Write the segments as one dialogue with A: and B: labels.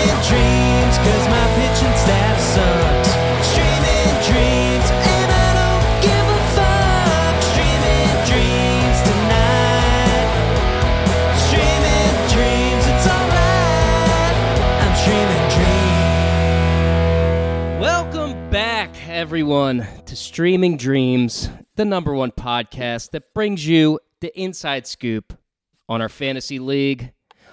A: dreams, cause my pitching staff sucks. Streaming dreams, and I don't give a fuck. Streaming dreams tonight. Streaming dreams, it's alright. I'm streaming dreams.
B: Welcome back, everyone, to Streaming Dreams, the number one podcast that brings you the inside scoop on our fantasy league.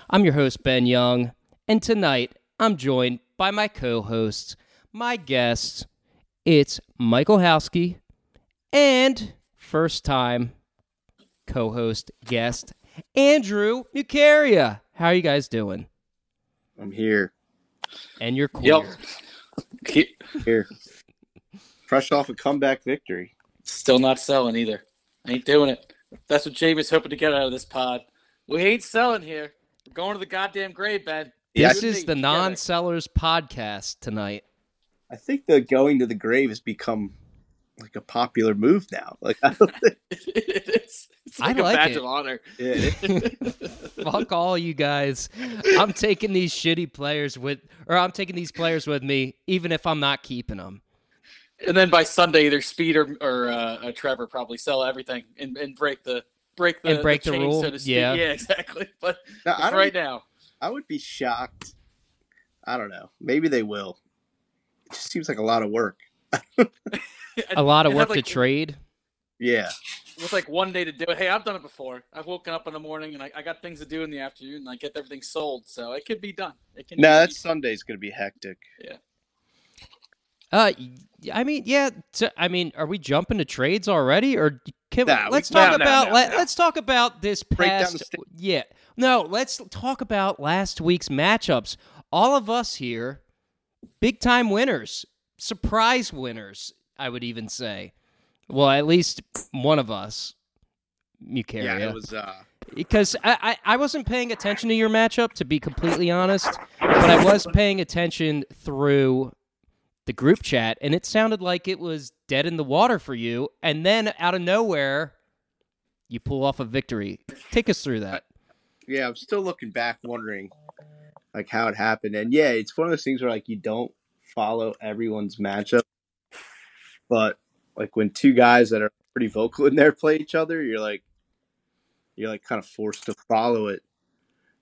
B: I'm your host, Ben Young, and tonight I'm joined by my co hosts, my guests. It's Michael Howsky and first time co host guest, Andrew Mucaria. How are you guys doing?
C: I'm here.
B: And you're queer.
D: Yep. He-
C: Here. Fresh off a comeback victory.
D: Still not selling either. Ain't doing it. That's what Jamie's hoping to get out of this pod. We ain't selling here. We're going to the goddamn grave, Ben.
C: Yeah,
B: This
D: I-
B: is the non sellers podcast tonight.
C: I think the going to the grave has become like a popular move now. Like, I don't think,
D: it's, it's
B: I
D: like
B: like
D: a badge
B: it.
D: of honor.
C: yeah,
B: Fuck all you guys. I'm taking these shitty players with, or I'm taking these players with me, even if I'm not keeping them.
D: And then by Sunday, either Speed or, or uh, uh, Trevor probably sell everything and, and break the break the
B: And break the
D: chain,
B: rule.
D: So to speak.
B: Yeah.
D: exactly. But
C: No, I,
D: it's
C: don't, e,
D: right now,
C: I would be shocked. I don't know. Maybe they will. It just seems like a lot of work.
B: A lot of
D: And
B: work to
D: have, like,
B: trade.
C: Yeah.
D: with like one day to do it. Hey, I've done it before. I've woken up in the morning and I, I got things to do in the afternoon and I get everything sold. So it could be done. It can.
C: No,
D: be-
C: that Sunday's going to be hectic.
B: Uh, y- I mean, yeah. t- I mean, are we jumping to trades already, or can
C: Nah, we-
B: we, let's
C: no,
B: talk
D: no,
B: about
D: no,
B: let,
D: no.
B: us talk about this
C: Break down
B: past
C: the sta-
B: yeah. No, let's talk about last week's matchups. All of us here, big time winners, surprise winners. I would even say, well, at least one of us. Mucaria
C: Yeah, it was. uh
B: because I, I, I wasn't paying attention to your matchup to be completely honest but i was paying attention through the group chat and it sounded like it was dead in the water for you and then out of nowhere you pull off a victory take us through that
C: yeah, I'm still looking back, wondering like how it happened. And yeah, it's one of those things where like you don't follow everyone's matchup, but like when two guys that are pretty vocal in there play each other, you're like, you're like kind of forced to follow it.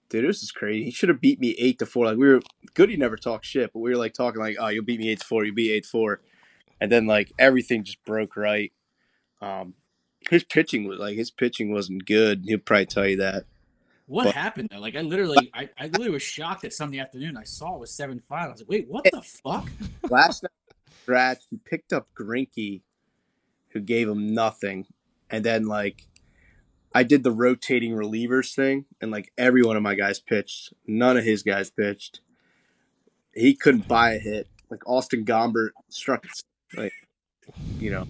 C: Dude, this is crazy. He should have beat me eight to four. Like we were Goody never talked shit, but we were like talking like, oh, you'll beat me eight to four, you'll beat eight to four, and then like everything just broke right. Um, his pitching was like his pitching wasn't good. He'll probably tell you that.
E: What
C: But-
E: happened though? Like I literally, I, I literally was shocked that Sunday afternoon I saw it was seven five. I was like, wait, what the fuck?
C: last night scratch he picked up grinky who gave him nothing and then like i did the rotating relievers thing and like every one of my guys pitched none of his guys pitched he couldn't buy a hit like austin gombert struck like you know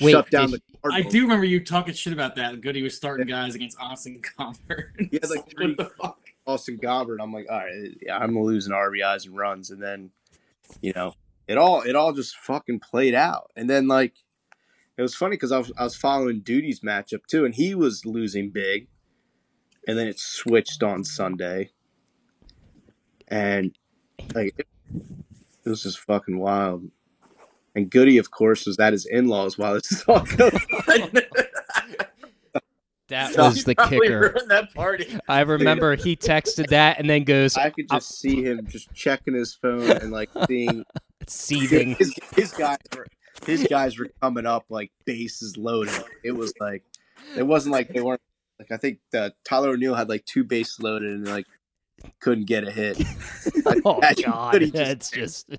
B: Wait,
C: shut down
B: did-
C: the Cardinals.
E: I do remember you talking shit about that. Goody was starting guys against Austin Comfort.
C: Yeah, like three-
E: what the fuck?
C: Austin Gobbard. I'm like, all right, yeah, I'm losing RBIs and runs, and then, you know, it all it all just fucking played out. And then like, it was funny because I was I was following Duty's matchup too, and he was losing big, and then it switched on Sunday, and like, it, it was just fucking wild. And Goody, of course, was at his in laws while this is all going.
B: that
C: So-
B: was the kicker
D: ruined that party.
B: i remember he texted that and then goes
C: I could just see him just checking his phone and like seeing
B: seething
C: His, his guys were his guys were coming up like bases loaded. It was like it wasn't like they weren't like I think uh, Tyler O'Neill had like two bases loaded and like couldn't get a hit.
B: oh
C: Imagine
B: god
C: what he just
B: that's just Uh,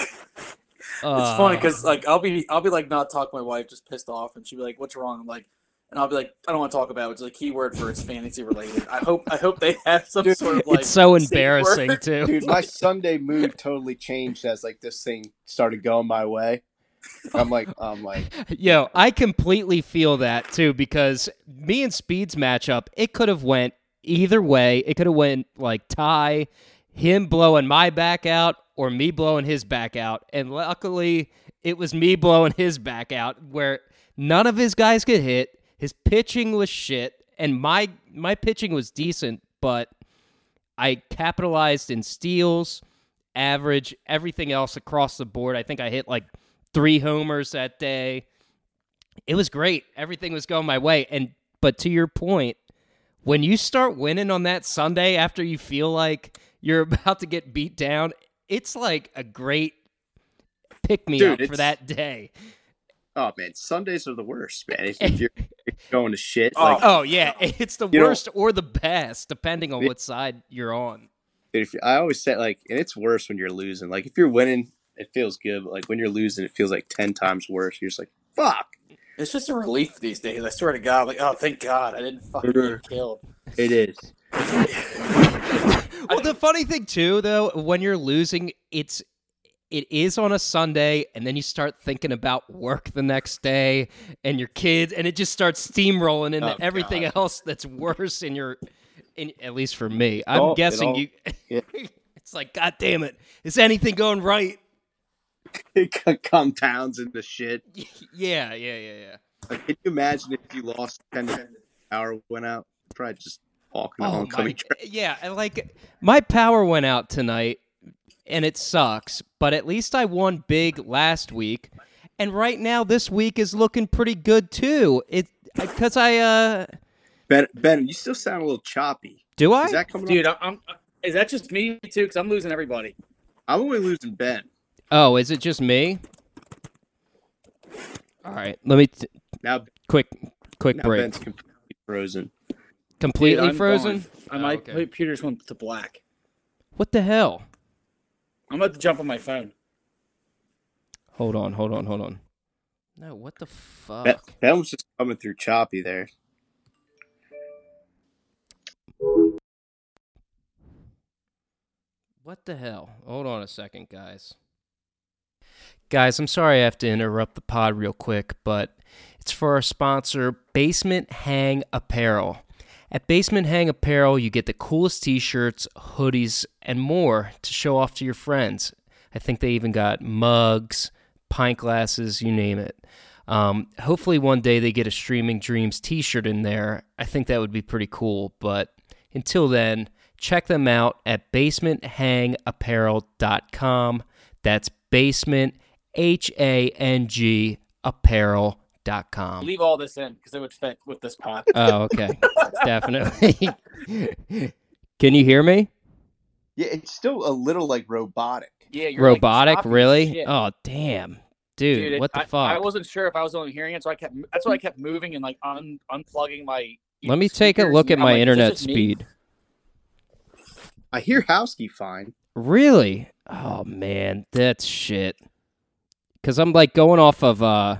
D: It's funny because like I'll be I'll be like not talking to my wife, just pissed off, and she'll be like, "What's wrong?" I'm like, and I'll be like, "I don't want to talk about it." It's a key word for it's fantasy related. I hope I hope they have some
C: Dude,
D: sort of like.
B: it's so
D: safe word.
B: embarrassing too
C: Dude, my Sunday mood totally changed as like this thing started going my way. I'm like I'm like
B: Yo, I completely feel that too because me and Speed's matchup, it could have went either way. It could have went like tie, him blowing my back out or me blowing his back out. And luckily, it was me blowing his back out where none of his guys could hit. His pitching was shit and my my pitching was decent, but I capitalized in steals, average, everything else across the board. I think I hit like three homers that day. It was great. Everything was going my way. And but to your point, when you start winning on that Sunday after you feel like you're about to get beat down, it's like a great pick me up
C: Dude,
B: for
C: it's-
B: that day.
C: Oh man, Sundays are the worst, man. If, if you're going to shit,
D: Oh.
C: like
B: Oh yeah, it's the
C: You know-
B: worst or the best depending on what side you're on.
C: dude, if you, I always say, like, and it's worse when you're losing. Like if you're winning, it feels good, but like when you're losing, it feels like ten times worse. You're just like, fuck.
D: It's just a relief these days. I swear to God, like, oh, thank God, I didn't fucking get killed.
C: It is.
B: Well, the funny thing too though, when you're losing, it's it is on a Sunday and then you start thinking about work the next day and your kids and it just starts steamrolling into
C: Oh,
B: everything
C: God.
B: else that's worse in your in at least for me. I'm
C: all- it
B: guessing
C: all-
B: you
C: yeah.
B: It's like god damn it. Is anything going right?
C: It co- compounds into shit.
B: yeah, yeah, yeah, yeah.
C: Like, can you imagine if you lost ten to hour went out? Probably just walking
B: Oh
C: on
B: my,
C: coming.
B: yeah, and, like my power went out tonight, and it sucks. But at least I won big last week, and right now this week is looking pretty good too. It because I uh
C: Ben, ben, you still sound a little choppy.
B: do I
C: Is that coming?
D: Dude,
C: up?
D: I'm, I'm,
E: uh, Is that just me too? Because I'm losing everybody.
C: I'm only losing Ben.
B: oh is it just me? All right, let me t-
C: Now,
B: quick quick
C: now
B: break.
C: Ben's completely frozen.
B: Completely
E: Dude, I'm
B: frozen.
E: gone. I
B: Oh,
E: my
B: okay.
E: computers went to black.
B: What the hell?
E: I'm about to jump on my phone.
B: Hold on, hold on, hold on. No, what the fuck?
C: Ben, ben was just coming through choppy there.
B: What the hell? Hold on a second, guys. Guys, I'm sorry I have to interrupt the pod real quick, but it's for our sponsor, Basement Hang Apparel. At Basement Hang Apparel, you get the coolest t shirts, hoodies, and more to show off to your friends. I think they even got mugs, pint glasses, you name it. Um, hopefully, one day they get a Streaming Dreams t shirt in there. I think that would be pretty cool, but until then, check them out at basementhangapparel.com. That's basement, H A N G, apparel.com.
E: Leave all this in because it would fit with this pot.
B: Oh, okay. Definitely. Can you hear me?
C: Yeah, it's still a little like robotic.
E: Yeah, you're like,
B: Robotic,
E: choppy as
B: really?
E: shit.
B: Oh, damn. Dude,
E: Dude, it-
B: what the
E: I,
B: fuck?
E: I wasn't sure if I was only hearing it, so I kept. That's why I kept moving and like un, unplugging my.
B: Let me take a
E: speakers,
B: look at
E: and I'm
B: my
E: like, is this
B: internet
E: just me?
B: speed.
C: I hear Howski fine.
B: Really? Oh man, that's shit. Cause I'm like going off of uh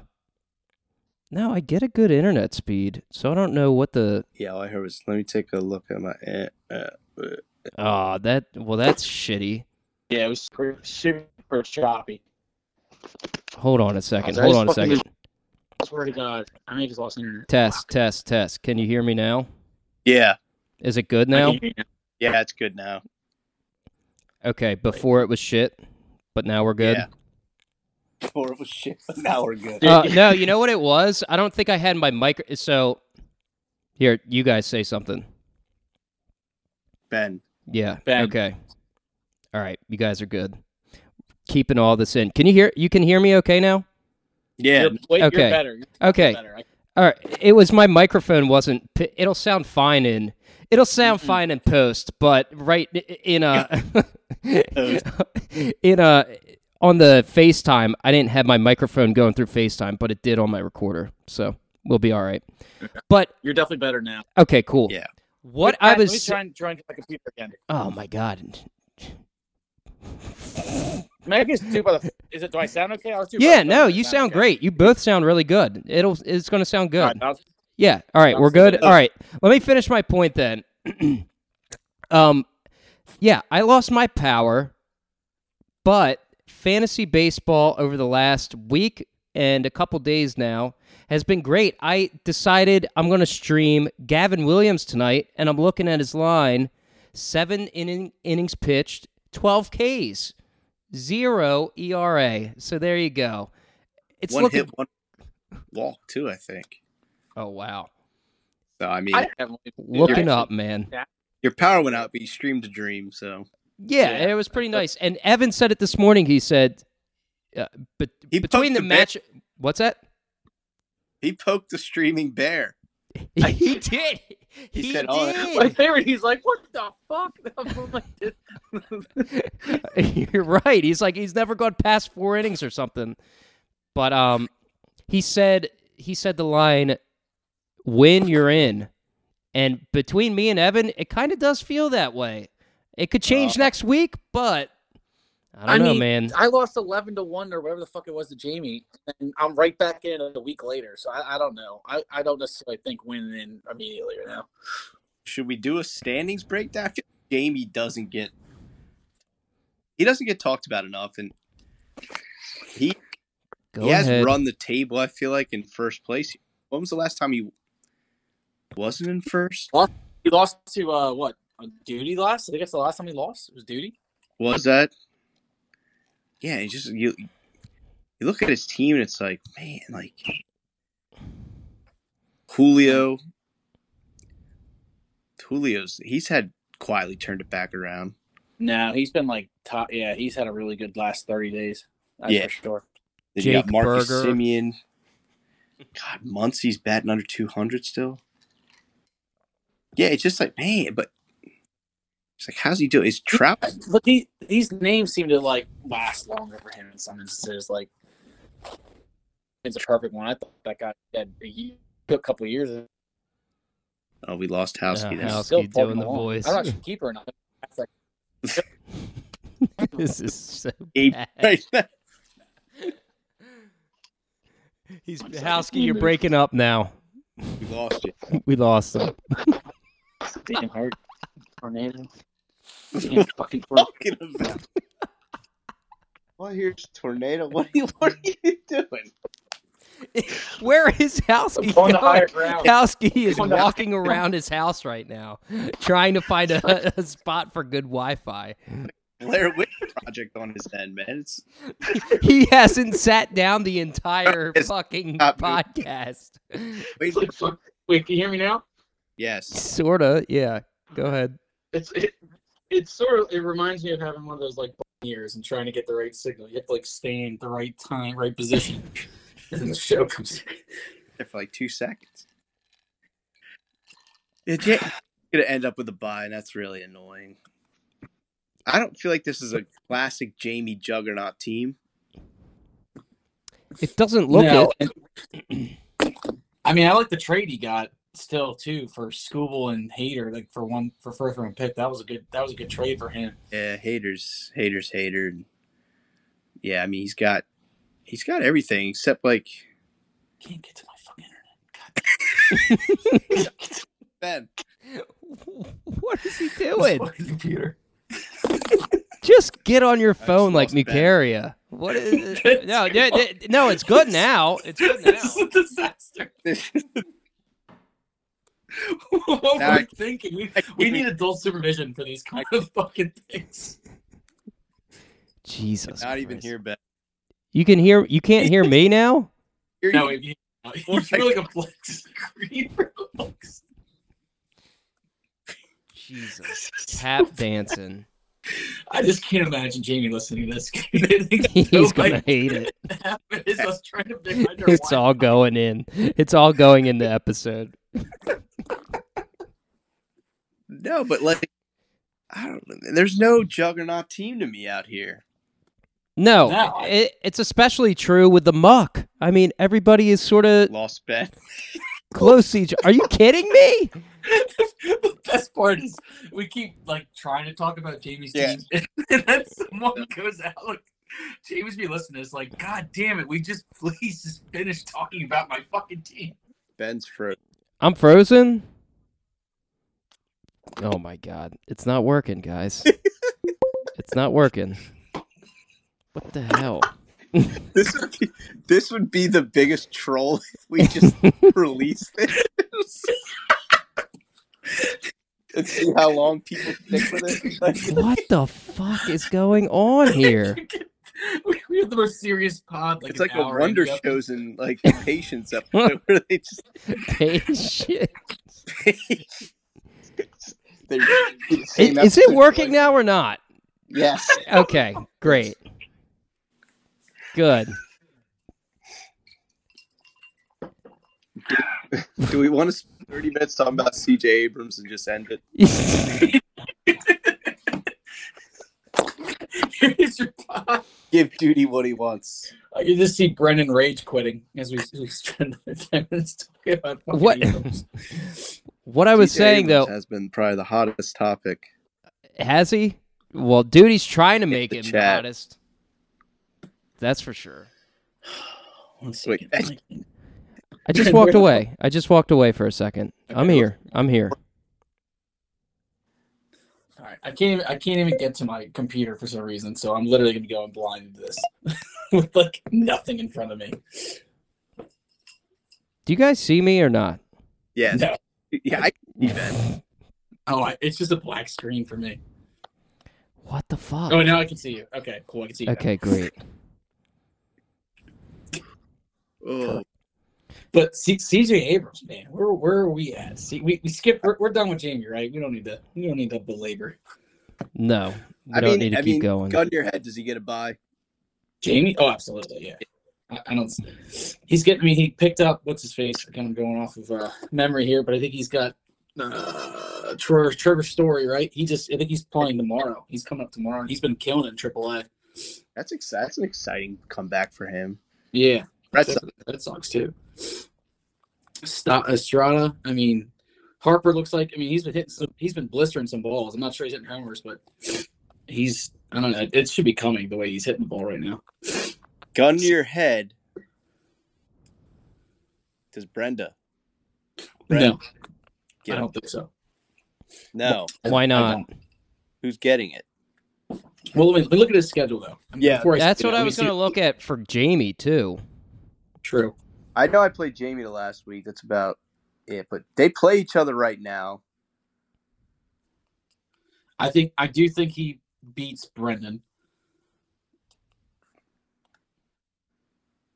B: No, I get a good internet speed, so I don't know what the
C: Yeah, all I heard was let me take a look at my. Uh, uh,
B: Ah, that well that's shitty.
E: Yeah, it was super, super choppy.
B: Hold on a second.
E: Sorry, I
B: Hold
E: just
B: on a
E: fucking-
B: second.
E: I swear to God, I may have just lost internet.
B: Test, test, test. Can you hear me now?
C: yeah,
B: Is it good now?
C: yeah, it's good now.
B: Okay, before it was shit, but now we're good.
C: Yeah. Before it was shit, but now we're good.
B: Uh, no, you know what it was? I don't think I had my mic. So, here, you guys say something.
C: Ben,
B: Yeah.
E: Ben.
B: Okay. All right, you guys are good. Keeping all this in. Can you hear? You can hear me okay now?
C: yeah,
E: You're, wait,
B: Okay.
E: you're better. You're
B: Okay.
E: better. I,
B: All right. It was my microphone wasn't. p- It'll sound fine in. It'll sound fine in post, but right i- in a in a on the FaceTime, I didn't have my microphone going through FaceTime, but it did on my recorder, so we'll be all right. But
E: you're definitely better now.
B: okay, cool.
C: Yeah.
B: What
E: Let me
B: I
E: try-
B: was
E: Let me try and try and get my computer again.
B: Oh my god.
E: Maybe I just do by the. Is it? Do I sound okay? I was do by
B: Yeah,
E: the
B: no,
E: phone.
B: you
E: Sound
B: sound
E: okay.
B: great. You both sound really good. It'll it's going to sound
E: All
B: good.
E: right, I'll-
B: Yeah. All right, we're
E: Sounds good.
B: good. All right. Let me finish my point then. um yeah, I lost my power, but fantasy baseball over the last week and a couple days now has been great. I decided I'm going to stream Gavin Williams tonight and I'm looking at his line 7 inning, innings pitched, 12 Ks, 0 ERA. So there you go. It's
C: one
B: looking
C: hit, one walk too. I think.
B: Oh wow.
C: So I mean,
E: I haven't really-
B: Looking
E: actually-
B: up, man.
C: your power went out, but you streamed a dream. So
B: Yeah,
E: Yeah.
B: it was pretty nice. And Evan said it this morning. He said, uh, "But
C: He
B: between
C: poked
B: the
C: the
B: match, what's that?
C: he poked the streaming bear.
B: he did. He,
C: He said, "Oh, that's
D: My
B: did.
D: favorite. He's like, what the fuck? I'm like, "This
B: You're right. He's like he's never gone past four innings or something. But um, he said he said the line, "When you're in," and between me and Evan, it kind of does feel that way. It could change
C: Oh.
B: next week, but I don't
D: I
B: know,
D: mean,
B: man.
D: I lost eleven to one or whatever the fuck it was to Jamie, and I'm right back in it a week later. So I, I don't know. I, I don't necessarily think winning in immediately right now.
C: Should we do a standings breakdown? I feel like Jamie doesn't get he doesn't get talked about enough, and he
B: Go
C: he has
B: ahead.
C: run the table. I feel like in first place. When was the last time he wasn't in first?
D: He lost to uh what? Uh, Duty last? I think that's the last time he lost. It was Duty.
C: Was that? Yeah, he just you. You look at his team, and it's like, man, like Julio. Julio's he's had quietly turned it back around.
D: No, he's been like top. Yeah, he's had a really good last thirty days. That's
C: Yeah.
D: for sure.
C: Then you got
B: Jake
C: Marcus
B: Berger.
C: Simeon. God, Muncie's batting under 200 still. Yeah, it's just like, man, but it's like, how's he doing? Is Trout?
D: But these these names seem to like last longer for him in some instances. Like, it's a perfect one. I thought that guy had a, year, a couple of years.
C: Oh, we lost Housey.
B: Yeah,
C: That's-
B: House-
D: still
B: doing
D: plugging
B: the
D: along.
B: voice.
D: I'm not sure if keeper or not. That's like,
B: this is so
C: He-
B: bad.
C: right there.
B: He's
E: One second.
B: Howsky, you're breaking up now.
C: we lost it.
B: We lost him.
D: damn hard tornado. Damn fucking tornado.
C: Talking about. Well, here's tornado. What are you? What are you doing?
B: Where is Howsky
D: On the higher
B: going?
D: ground.
B: Howsky is
D: On the-
B: walking around his house right now, trying to find a, a spot for good Wi-Fi.
C: Blair Witch Project on his end, man. It's
B: He hasn't sat down the entire
C: It's
B: fucking
C: not moving.
B: podcast.
C: wait,
F: It's like, fuck. Wait, can you hear me now?
C: yes.
B: Sorta, yeah. Go ahead.
F: It's it, it's sort of it reminds me of having one of those like ears and trying to get the right signal. You have to like stay in the right time, right position, and then the show comes.
C: There for like two seconds. Yeah, Jay- gonna end up with a bye, and that's really annoying. I don't feel like this is a classic Jamie Juggernaut team.
B: It doesn't look
E: No,
B: it.
E: and- I mean, I like the trade he got still too for Scooble and Hater, like for one for first round pick. That was a good that was a good trade for him.
C: Yeah, haters, haters, hater. and- Yeah, I mean he's got he's got everything except like
E: Can't get to my fucking internet.
C: Ben.
B: What is he doing?
E: Fucking computer.
B: Just get on your phone like
C: lost that.
B: Mucaria. What is no, no, no, no, it's good now. It's good now.
E: this is a disaster. what
C: Now I-
E: we're thinking? We, we need adult supervision for these kind of fucking things.
B: Jesus.
C: Not even
B: Christ.
C: here, Ben.
B: You can hear you can't hear me now?
C: Here
E: No, uh,
C: you-
E: if you, you feel like a black screen for a box.
B: Jesus. Tap dancing.
E: I just can't imagine Jamie listening to this.
B: He's gonna hate it.
E: It's us trying to pick under
B: It's all going in. It's all going in the episode.
C: no, but like I don't. There's no Juggernaut team to me out here.
B: No,
E: No.
B: It, it's especially true with the muck. I mean, everybody is sort of
C: Lost Ben.
B: close to each. Are you kidding me?
E: the best part is we keep like trying to talk about Jamie's
C: Yeah.
E: team, and then someone goes out. Like, Jamie's be listening to this, like, God damn it, we just please just finish talking about my fucking team.
C: Ben's frozen.
B: I'm frozen. Oh my god, it's not working, guys. it's not working. What the hell?
C: This would be this would be the biggest troll if we just release this. and see how long people stick with it. Like,
B: What the fuck is going on here?
E: we, we have the most serious pod. Like
C: it's like
E: an
C: a
E: hour
C: wonder
E: into-
C: shows in like patience episode where they just
B: Patience.
C: They do the
B: Is,
C: same
B: is it
C: episode
B: working
C: twice.
B: now or not?
C: Yes.
B: Okay, great. Good.
C: Do we want to spend 30 minutes talking about CJ Abrams and just end it?
D: Here's your pod.
C: Give Duty what he wants.
D: I can just see Brendan Rage quitting as we he's trying to talk about fucking
B: What-
D: Eagles.
B: what I was saying though,
C: has been probably the hottest topic.
B: has he? Well, dude's trying to make
C: the
B: him
C: chat.
B: modest. That's for sure.
D: Let's see.
C: Wait, that's-
B: I just walked away. I just walked away for a second. I'm here. I'm here.
D: All right, I can't. Even, I can't even get to my computer for some reason, so I'm literally gonna go in blind into this with like nothing in front of me.
B: Do you guys see me or not?
C: Yeah.
D: No.
C: Yeah, I can see that.
D: Oh, I, it's just a black screen for me.
B: What the fuck?
D: Oh, now I can see you. Okay, cool. I can see you. now.
B: Okay, great.
C: Oh,
D: But C- CJ Abrams, man, where where are we at? See, we, we skip. We're, we're done with Jamie, right? We don't need to. We don't need to belabor
B: No, we
C: I
B: don't
C: mean,
B: need to
C: I
B: keep
C: mean,
B: going.
C: gun to your head. Does he get a buy?
D: Jamie. Oh, absolutely, yeah. I, I don't. He's getting me. He picked up what's his face. Again, I'm going off of uh, memory here, but I think he's got uh, Trevor Trevor Story, right? He just. I think he's playing tomorrow. He's coming up tomorrow. and He's been killing it in AAA.
C: That's ex- That's an exciting comeback for him.
D: Yeah,
C: That's
D: Red Sox too. Sta- Estrada, I mean, Harper looks like. I mean, he's been hitting. Some, he's been blistering some balls. I'm not sure he's hitting homers, but he's. I don't know. It should be coming the way he's hitting the ball right now.
C: gun to your head. Does Brenda? Brenda
D: No,
C: get
D: I
C: it?
D: don't think so.
C: No.
B: Why
D: I
B: not?
D: don't.
C: Who's getting it?
D: Well, let me look at his schedule though. I mean,
C: Yeah,
D: before
B: That's
D: see
B: what
D: it,
B: I
D: let me
B: was
D: see
B: going to
D: it.
B: look at for Jamie too.
D: True.
C: I know I played Jamie the last week. That's about it. But they play each other right now.
D: I think I do think he beats Brendan.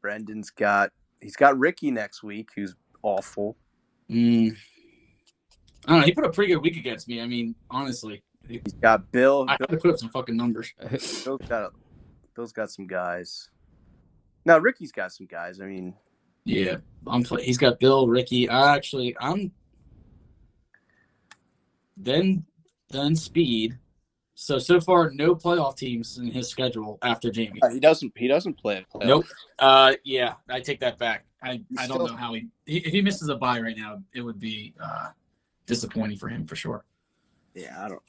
C: Brendan's got he's got Ricky next week, who's awful.
D: Mm. I don't know. He put a pretty good week against me. I mean, honestly,
C: He's got Bill.
D: I had to put up some fucking numbers.
C: Bill, has got Bill's got some guys. Now Ricky's got some guys. I mean,
D: Yeah, I'm play- he's got Bill, Ricky. I actually I'm then then speed. So so far no playoff teams in his schedule after Jamie.
C: he doesn't he doesn't play. a playoff.
D: Nope. Uh yeah, I take that back. I, I don't
C: still-
D: know how he if he misses a bye right now, it would be uh disappointing for him for sure.
C: Yeah, I don't.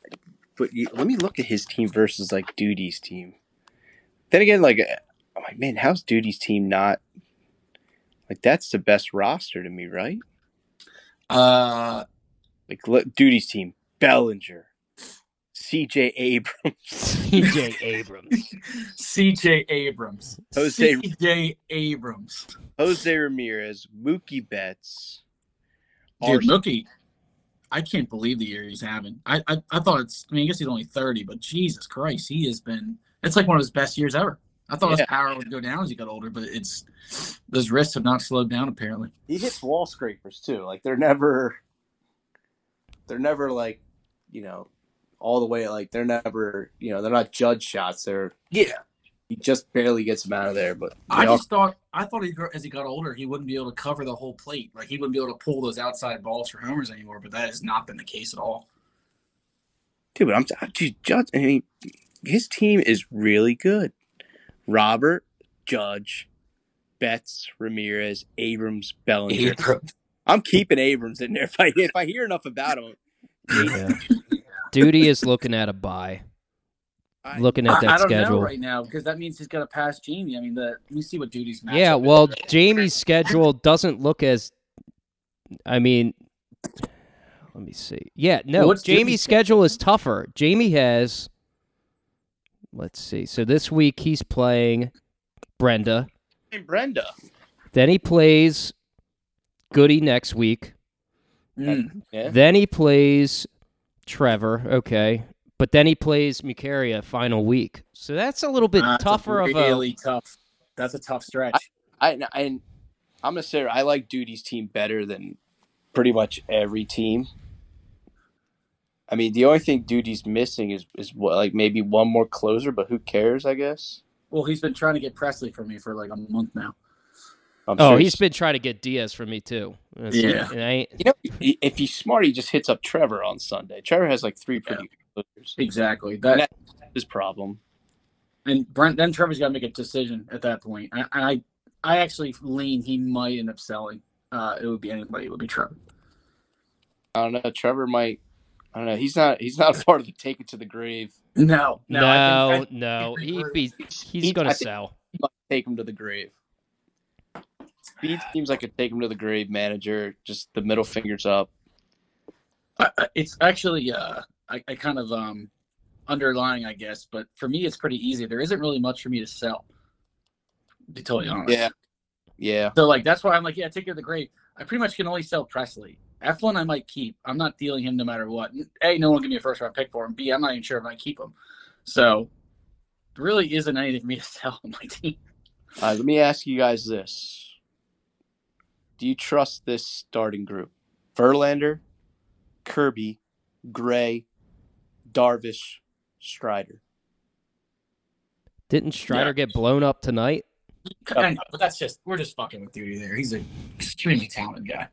C: But you, let me look at his team versus like Duty's team. Then again, like uh, I'm like, man, how's Duty's team not? Like that's the best roster to me, right?
D: Uh
C: Like look, Duty's team: Bellinger, C.J. Abrams,
B: CJ Abrams.
D: CJ Abrams.
C: Jose-
D: CJ Abrams.
C: Jose Ramirez, Mookie Betts.
D: Dude,
C: Arce-
D: Mookie, I can't believe the year he's having. I, I I thought it's. I mean, I guess he's only thirty, but Jesus Christ, he has been. It's like one of his best years ever. I thought
C: Yeah.
D: his power would go down as he got older, but it's those wrists have not slowed down apparently.
C: he hits wall scrapers too. Like they're never, they're never like, you know, all the way. Like they're never, you know, they're not judge shots. They're
D: Yeah.
C: He just barely gets them out of there, but
D: I
C: they all-
D: just thought I thought he, gr- as he got older, he wouldn't be able to cover the whole plate. Like he wouldn't be able to pull those outside balls for homers anymore. But that has not been the case at all.
C: dude. But I'm I- dude, Judge. I mean, his team is really good. Robert Judge, Betts, Ramirez, Abrams, Bellinger. I'm keeping Abrams in there if I if I hear enough about him.
B: Yeah. Duty is looking at a buy.
C: I-
B: Looking at that
D: I, I don't
B: schedule.
D: know right now because that means he's got to pass Jamie. I mean, the, let me see what duties.
B: Yeah, well, Jamie's schedule doesn't look as. I mean, let me see. Yeah, no,
D: What's
B: Jamie's
D: Jamie's
B: schedule is tougher. Jamie has. Let's see. So this week he's playing Brenda.
C: And Brenda.
B: Then he plays Goody next week.
D: Mm.
C: Yeah.
B: Then he plays Trevor. Okay. But then he plays Mucaria final week. So that's a little bit
D: That's a
B: tougher of a.
D: really tough. That's a tough stretch.
C: I and I'm gonna say I like Duty's team better than pretty much every team. I mean, the only thing Duty's missing is is what like maybe one more closer, but who cares? I guess.
D: Well, he's been trying to get Presley for me for like a month now.
C: I'm
B: Oh,
C: sure
B: he's been trying to get Diaz for me too. That's-
D: Yeah.
B: and I ain't-
C: You know, i- if he's smart, he just hits up Trevor on Sunday. Trevor has like three pretty good closers.
D: Exactly.
C: And
D: That
C: that's his problem.
D: and Brent then Trevor's got to make a decision at that point. I I, I actually lean he might end up selling. Uh, it would be anybody. It would be Trevor.
C: I don't know. Trevor might. I don't know. He's not. He's not a part of the take it to the grave.
D: No, no,
B: no,
D: I think- I-
B: no,
D: think
B: he'd
D: we're-
B: be he's
C: he-
B: gonna
C: I think-
B: sell.
C: He might take him to the grave. Speed seems like a take him to the grave manager. Just the middle fingers up.
D: I- I- it's actually uh I, I kind of um underlying i guess but for me it's pretty easy there isn't really much for me to sell to be totally honest
C: Yeah. Yeah.
D: so like that's why i'm like yeah take care of the great i pretty much can only sell presley f1 i might keep i'm not dealing him no matter what a no one will give me a first round pick for him b i'm not even sure if i keep him so there really isn't anything for me to sell on my team
C: All right, Uh, let me ask you guys this: Do you trust this starting group? Verlander, Kirby, Gray, Darvish, Strider.
B: Didn't Strider get blown up tonight?
E: I know, but that's just we're just fucking with Duty there. He's an extremely talented guy.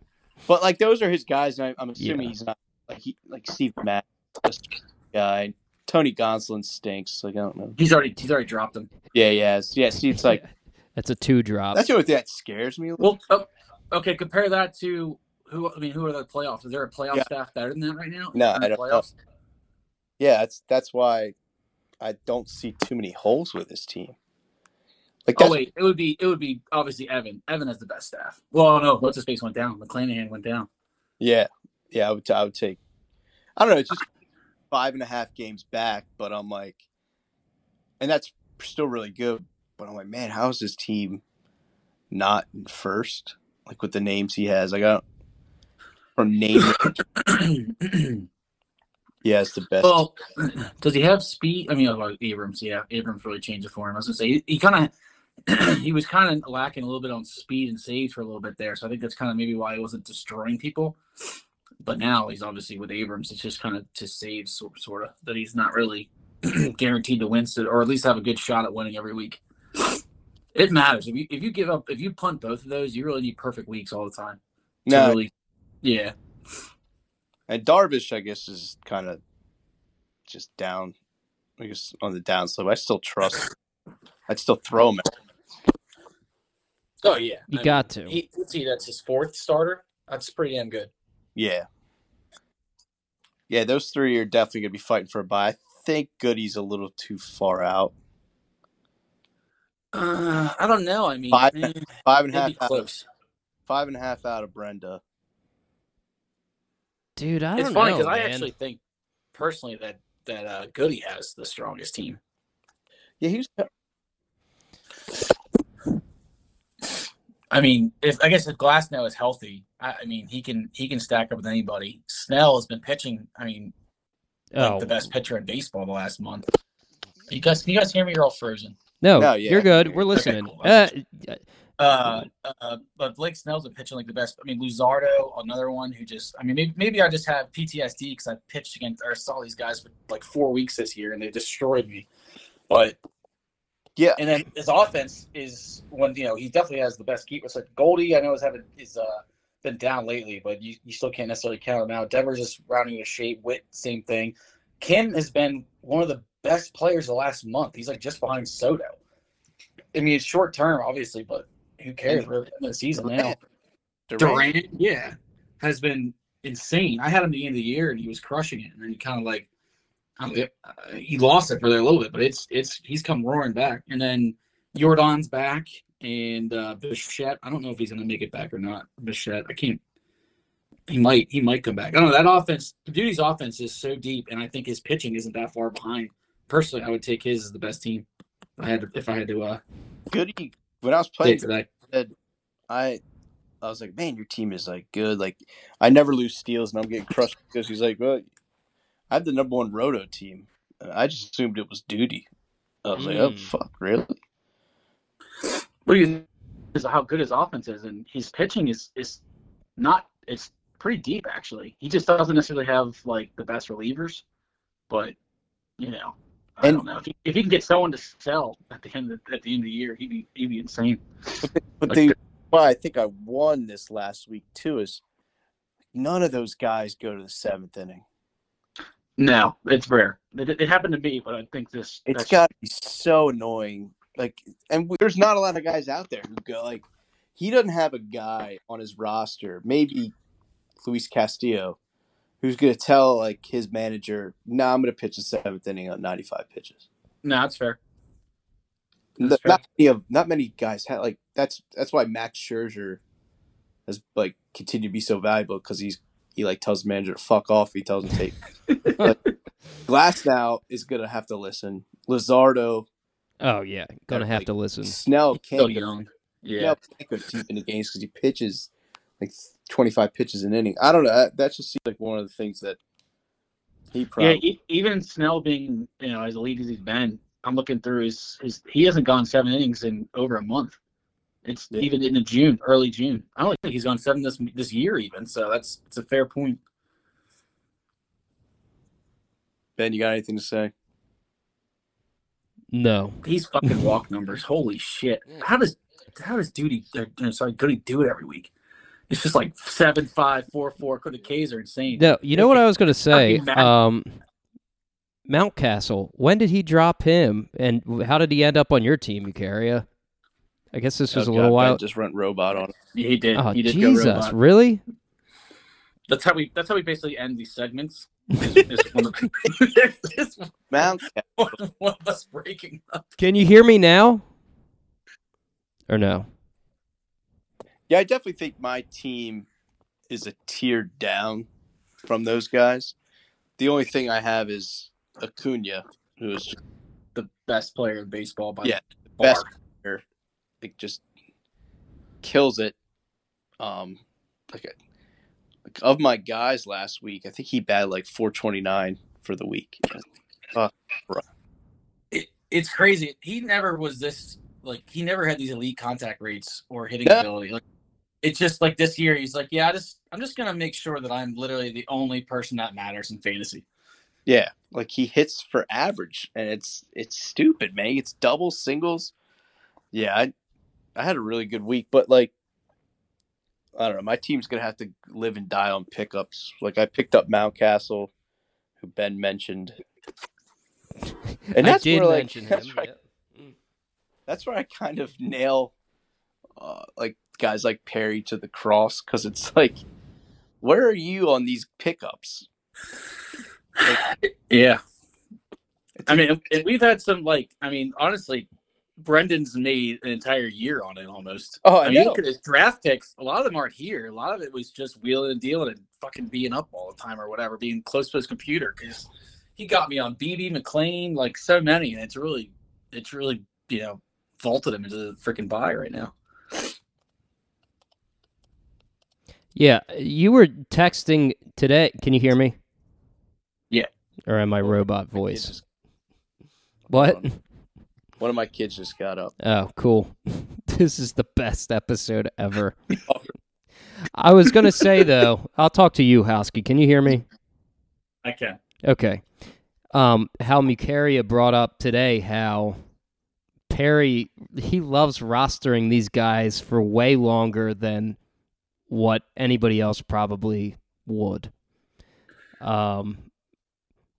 C: But like those are his guys, and I, I'm assuming
B: Yeah.
C: he's not like he like Steve Matt, just a guy. Tony Gonsolin stinks. Like I don't know.
D: he's already he's already dropped him
C: Yeah, yeah, it's- yeah. See, it's like
B: That's a two drop.
C: that's the only thing that scares me. a little.
D: well oh, okay compare that to who i mean who are the playoffs is there a playoff
C: Yeah.
D: staff better than that right now
C: No,
D: Are there
C: I don't know.
D: playoffs?
C: Yeah, that's that's why I don't see too many holes with this team. Like
D: Oh
C: that's
D: wait, it would be it would be obviously Evan. Evan has the best staff. Well, no, what's his face went down. McClanahan went down.
C: Yeah, yeah, I would. I would take. I don't know. It's just five and a half games back, but I'm like, and that's still really good. But I'm like, man, how is this team not in first? Like with the names he has, like I got from name. he has the best.
D: well, does he have speed? I mean, oh, well, Abrams. Yeah, Abrams really changed it for him. I was gonna say he, he kind of he was kind of lacking a little bit on speed and saves for a little bit there. So I think that's kind of maybe why he wasn't destroying people. But now he's obviously with Abrams. It's just kind of to save sort sort of that he's not really guaranteed to win, so, or at least have a good shot at winning every week. It matters if you if you give up if you punt both of those, you really need perfect weeks all the time. to
C: no,
D: really- yeah.
C: and Darvish, I guess, is kind of just down. I guess on the downslope. I still trust. I'd still throw him. At.
E: Oh yeah,
B: you
E: I
B: got
E: mean,
B: to.
E: He, let's see, that's his fourth starter. That's pretty damn good.
C: Yeah. Yeah, those three are definitely going to be fighting for a bye. I think Goody's a little too far out.
D: Uh, I don't know. I mean,
C: Five-
D: eh,
C: Five and a
D: it'll
C: half
D: be
C: out of,
D: close.
C: five and a half out of Brenda.
B: Dude, I don't
E: It's funny
B: know.
E: because I
B: man.
E: actually think personally that that uh, Goody has the strongest team.
C: Yeah, he was.
D: I mean, if I guess if Glass now is healthy, I, I mean he can he can stack up with anybody. Snell has been pitching. I mean, like
B: oh
D: the best pitcher in baseball the last month. You guys, can you guys hear me? You're all frozen.
B: no,
C: No, yeah,
B: you're
C: I can
B: good.
C: hear
B: We're
C: you.
B: listening.
D: cool.
B: Uh, uh,
D: Uh, uh, but Blake Snell's been pitching like the best. I mean, Luzardo, another one who just. I mean, maybe, maybe I just have PTSD because I pitched against or saw these guys for like four weeks this year and they destroyed me. But
C: Yeah,
D: And then his offense is one, you know, he definitely has the best keepers. Like Goldie, I know is having is uh been down lately, but you, you still can't necessarily count him out. Devers is rounding his shape, Wit, same thing. Kim has been one of the best players the last month. He's like just behind Soto. I mean it's short term, obviously, but who cares? We're in the season now.
C: Durant.
E: Durant, yeah, has been insane. I had him the end of the year and he was crushing it, and then he kind of like, I don't know, uh, he lost it for there a little bit, but it's it's he's come roaring back. And then Jordan's back, and uh, Bichette. I don't know if he's gonna make it back or not. Bichette, I can't. He might he might come back. I don't know that offense. Duty's offense is so deep, and I think his pitching isn't that far behind. Personally, I would take his as the best team. If I had to, if I had to uh,
C: Goody. When I was
E: play
C: playing,
E: today.
C: I, I was like, man, your team is like good. Like, I never lose steals, and I'm getting crushed because he's like, well, I have the number one roto team. And I just assumed it was duty. I was like, oh
D: Hmm.
B: Mm.
C: fuck, really?
D: What do you is how good his offense is and his pitching is is not it's
F: pretty deep actually. He just doesn't necessarily have like the best relievers, but you know, I
C: And-
F: don't know if he, if he can get someone to sell at the end of, at the end of the year, he'd be he'd be insane.
C: But
F: Like
C: they,
F: the-
C: well, I think I won this last week too. Is none of those guys go to the seventh inning?
F: No, it's rare. It, it happened to me, but I think this
C: It's
F: that's-
C: got to be so annoying. Like, and we, there's not a lot of guys out there who go like. He doesn't have a guy on his roster, maybe Luis Castillo, who's going to tell like his manager, "No, nah, I'm going to pitch the seventh inning on 95 pitches."
D: No, that's fair.
C: Th-
D: That's fair.
C: not many of not many guys have like that's that's why Max Scherzer has like continued to be so valuable because he's he like tells the manager to fuck off. He tells him to take. Glass now is gonna have to listen. Lizardo,
B: Oh yeah, gonna have to listen.
C: Snell
D: Still
C: can't. Go,
D: young.
C: Snell can't go deep into games because he pitches like twenty five pitches an inning. I don't know. That, that just seems like one of the things that he
F: yeah.
C: probably.
F: E- even Snell being you know as elite as he's been, I'm looking through his his he hasn't gone seven innings in over a month. It's
C: Yeah.
F: even in June, early June.
D: I don't think he's gone seven this this year even. So that's it's a fair point.
C: Ben, you got anything to say?
B: No,
D: These fucking walk numbers, holy shit! How does how does Duty or, or, sorry Goody do it every week? It's just like seven five four four. Could the K's are insane.
B: no. You know what I was gonna say?
D: Fucking Matt.
B: Um, Mountcastle. When did he drop him, and w- how did he end up on your team, Eucaria? I guess this was
C: Oh,
B: a little
C: God,
B: while.
C: Ben just rent robot on.
D: He did.
B: Oh
D: he did go
B: Jesus!
D: robot.
B: Really?
D: That's how we. That's how we basically end these segments. It's one of- it's
C: Mount
D: one- one of us breaking up.
B: Can you hear me now? Or no?
C: Yeah, I definitely think my team is a tier down from those guys. The only thing I have is Acuna, who is just
D: The best player in baseball by
C: Yeah,
D: the bar.
C: best player, like just kills it. Um, like, like, of my guys last week, I think he batted like 429 for the week.
D: it, it's crazy. He never was this like he never had these elite contact rates or hitting
C: No.
D: ability. Like it's just like this year he's like, yeah, I just I'm just gonna make sure that I'm literally the only person that matters in fantasy.
C: Yeah, like he hits for average, and it's it's stupid, man. It's doubles, singles. Yeah, I I had a really good week, but like I don't know, my team's gonna have to live and die on pickups. Like I picked up Mountcastle, who Ben mentioned, and
B: I
C: that's
B: did
C: where like
B: mention
C: that's,
B: him.
C: where I, that's where I kind of nail uh, like guys like Perry to the cross because it's like, where are you on these pickups?
D: Yeah. I mean, and we've had some like, I mean, honestly, Brendan's made an entire year on it almost.
C: Oh, I
D: I, mean, you
C: know.
D: look at his draft picks. A lot of them aren't here. A lot of it was just wheeling and dealing and fucking being up all the time or whatever, being close to his computer. Because he got me on BB McLean, like so many, and it's really, it's really, you know, vaulted him into the freaking buy right now.
B: Yeah, you were texting today. Can you hear me?
D: Yeah.
B: Or am I robot
C: It
B: voice?
C: just-
B: What?
C: One of my kids just got up.
B: Oh, cool. This is the best episode ever. I was going to say, though, I'll talk to you, Howski. Can you hear me?
D: I can.
B: Okay. Um, how Mukaria brought up today how Perry he loves rostering these guys for way longer than what anybody else probably would. Um,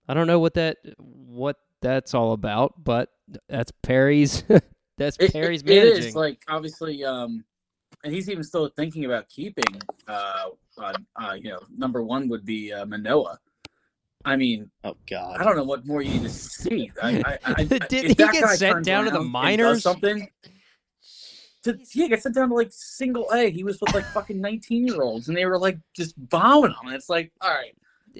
B: I don't know what that what that's all about, but that's Perry's that's
D: It-
B: Perry's
D: it- it
B: managing.
D: is like obviously, um, and he's even still thinking about keeping. Uh, uh, uh you know, number one would be uh, Manoa. I mean,
C: Oh God.
D: I don't know what more you need to see. I, I, I,
B: Did
D: if
B: he
D: that
B: get
D: guy
B: sent
D: turns
B: down to the
D: around and does
B: minors?
D: Something. To, yeah, he got sent down to like single A. He was with like fucking nineteen year olds, and they were like just bowing him. And it's like, all right,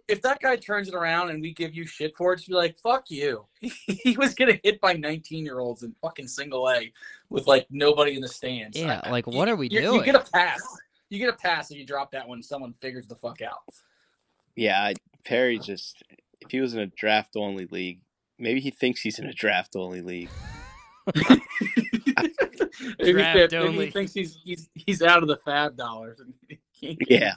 D: if that guy turns it around and we give you shit for it, just be like, fuck you. he was getting hit by nineteen year olds in fucking single A with like nobody in the stands.
B: yeah,
D: I-
B: like
D: you-
B: what are we
D: you,
B: doing?
D: You get a pass. You get a pass if you drop that one. Someone figures the fuck out.
C: Yeah, I, Perry just if he was in a draft only league, maybe he thinks he's in a draft only league.
D: maybe,
B: Draft
D: maybe
B: only.
D: he thinks he's he's he's out of the fab dollars. And he can't-
C: Yeah.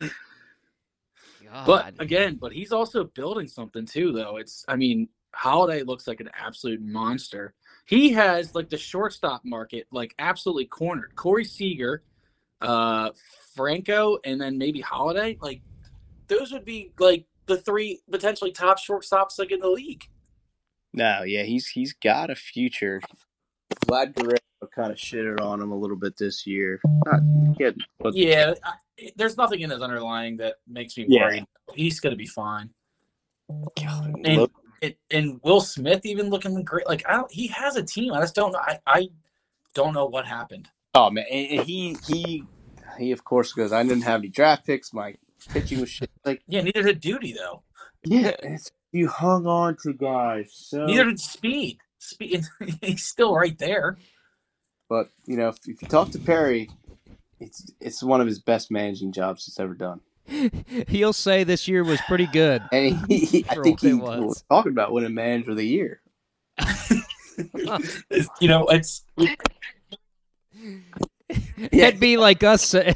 B: God.
D: But again, but he's also building something too, though. It's I mean, Holiday looks like an absolute monster. He has like the shortstop market like absolutely cornered. Corey Seager, uh, Franco, and then maybe Holiday. Like those would be like the three potentially top shortstops like in the league.
C: No, yeah, he's he's got a future. Vlad Guerrero kind of shitted on him a little bit this year. Not kid, but
D: Yeah, I, there's nothing in his underlying that makes me
C: Yeah.
D: worried. He's gonna be fine.
C: God,
D: And
C: look,
D: it, and Will Smith even looking great. Like I don't, he has a team. I just don't know. I, I don't know what happened.
C: oh man, and, and he he he of course goes. I didn't have any draft picks. My pitching was shit. Like
D: Yeah, neither did Duty though.
C: yeah, it's, you hung on to guys. So
D: Neither did Speed. Speed, he's still right there.
C: But you know, if, if you talk to Perry, it's it's one of his best managing jobs he's ever done.
B: He'll say this year was pretty good.
C: And he, he- I
B: For
C: think
B: what
C: he
B: it was.
C: was talking about winning manager of the year.
D: It's- you know, it's
B: It'd be like us uh,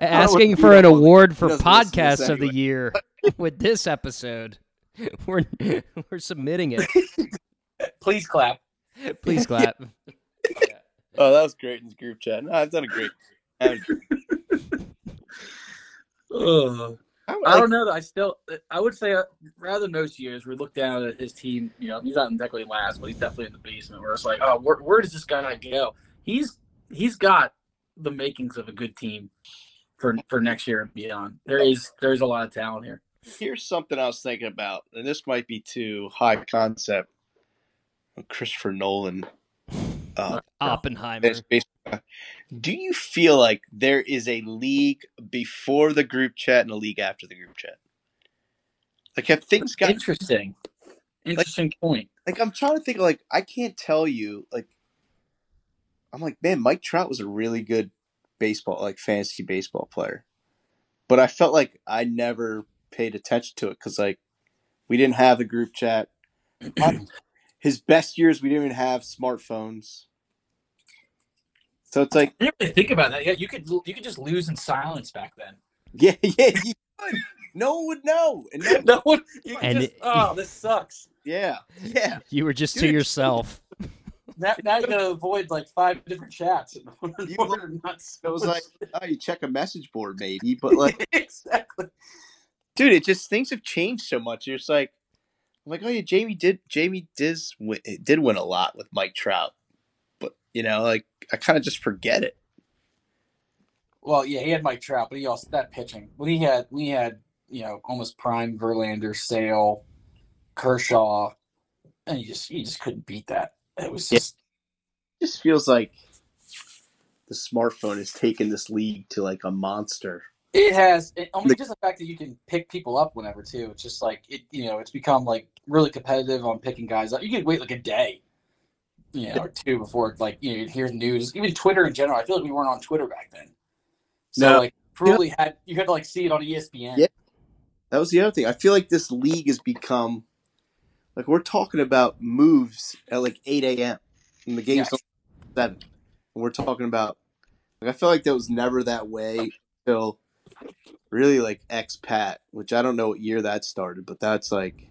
B: asking for an award for
C: doesn't listen to this
B: podcast of the year with this episode. We're we're submitting it.
D: please clap.
B: Please clap.
C: Oh, that was great in the group chat. No, I've done a great. I, would
D: Ugh. I
C: like-
D: don't know. Though. I still, I would say uh, rather than most years, we look down at his team. You know, he's not in definitely last, but he's definitely in the basement. Where it's like, oh, where, where does this guy go? He's he's got the makings of a good team for for next year and beyond. There is there's a lot of talent here.
C: here's something I was thinking about, and this might be too high concept. Christopher Nolan. Uh,
B: Oppenheimer.
C: There's baseball. Do you feel like there is a league before the group chat and a league after the group chat? Like, have things got
D: Interesting, interesting point.
C: like? I'm trying to think. Like, I can't tell you. Like, I'm like, man, Mike Trout was a really good baseball, like fantasy baseball player, but I felt like I never paid attention to it because like we didn't have the group chat. His best years, we didn't even have smartphones, so it's like.
D: I didn't really think about that. Yeah, you could you could just lose in silence back then.
C: Yeah, yeah, you would. No one would know. And no,
D: No one. You
B: And
D: and just,
B: it-
D: oh, this sucks.
C: yeah, yeah.
B: You were just to
C: Dude.
B: yourself.
D: Now, now you gotta avoid like five different chats. In order
C: You
D: not
C: It was like, oh, you check a message board maybe, but like,
D: exactly.
C: dude, it just things have changed so much. It's like, I'm like, oh yeah, Jamie did, Jamie Diz win, it did win a lot with Mike Trout, but you know, like, I kind of just forget it.
E: Well, yeah, he had Mike Trout, but he also that pitching. We had we had you know almost prime Verlander, Sale, Kershaw, and you just you just couldn't beat that. It was
C: Yeah.
E: just
C: It just feels like the smartphone has taken this league to like a monster.
E: it has it, I mean, just the fact that you can pick people up whenever too. It's just like it you know it's become like really competitive on picking guys up. You could wait like a day, you know, or two before like you know, you'd hear news. Even Twitter in general, I feel like we weren't on Twitter back then. So
C: No.
E: like really had you had to like see it on E ESPN.
C: Yeah. That was the other thing. I feel like this league has become like we're talking about moves at like eight AM and the game's
E: Yeah.
C: at seven. And we're talking about like I feel like that was never that way till really like expat, which I don't know what year that started, but that's like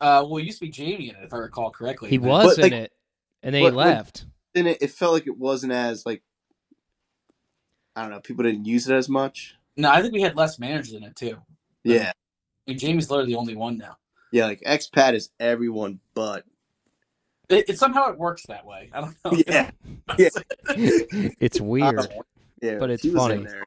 E: Uh, well, it used to be Jamie in it, if I recall correctly.
B: He
E: And then-
B: was
C: But,
B: in
C: like-
B: it, and then he
C: but, like-
B: left.
C: then it, it felt like it wasn't as like I don't know, people didn't use it as much.
E: No, I think we had less managers in it too.
C: Yeah.
E: And Jamie's literally the only one now.
C: Yeah, like expat is everyone but
E: It, it somehow it works that way. I don't know.
C: Oh, Yeah.
B: it's weird.
C: Yeah.
B: But it's
C: he was in
B: funny.
C: there.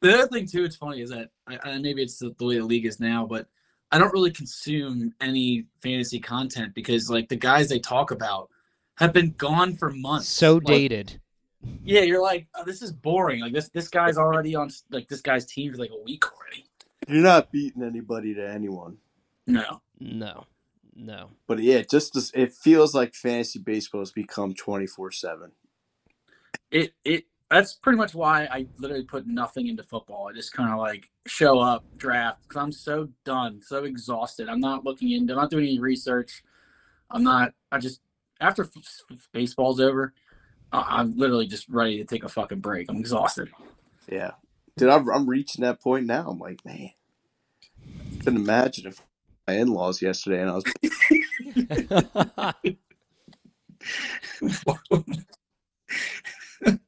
D: The other thing too, it's funny is that I, I, maybe it's the, the way the league is now, but I don't really consume any fantasy content because like the guys they talk about have been gone for months.
B: So
D: Like,
B: dated.
D: yeah, you're like, oh, this is boring. Like this this guy's already on like this guy's team for like a week already.
C: You're not beating anybody to anyone.
D: No,
B: No, no.
C: But yeah, just as, it feels like fantasy baseball has become twenty four seven.
D: it it that's pretty much why I literally put nothing into football. I just kind of like show up, draft because I'm so done, so exhausted. I'm not looking into, I'm not doing any research. I'm not. I just after f- f- baseball's over, I- I'm literally just ready to take a fucking break. I'm exhausted.
C: Yeah, dude, I'm I'm reaching that point now. I'm like, man, couldn't imagine if my in laws yesterday and I was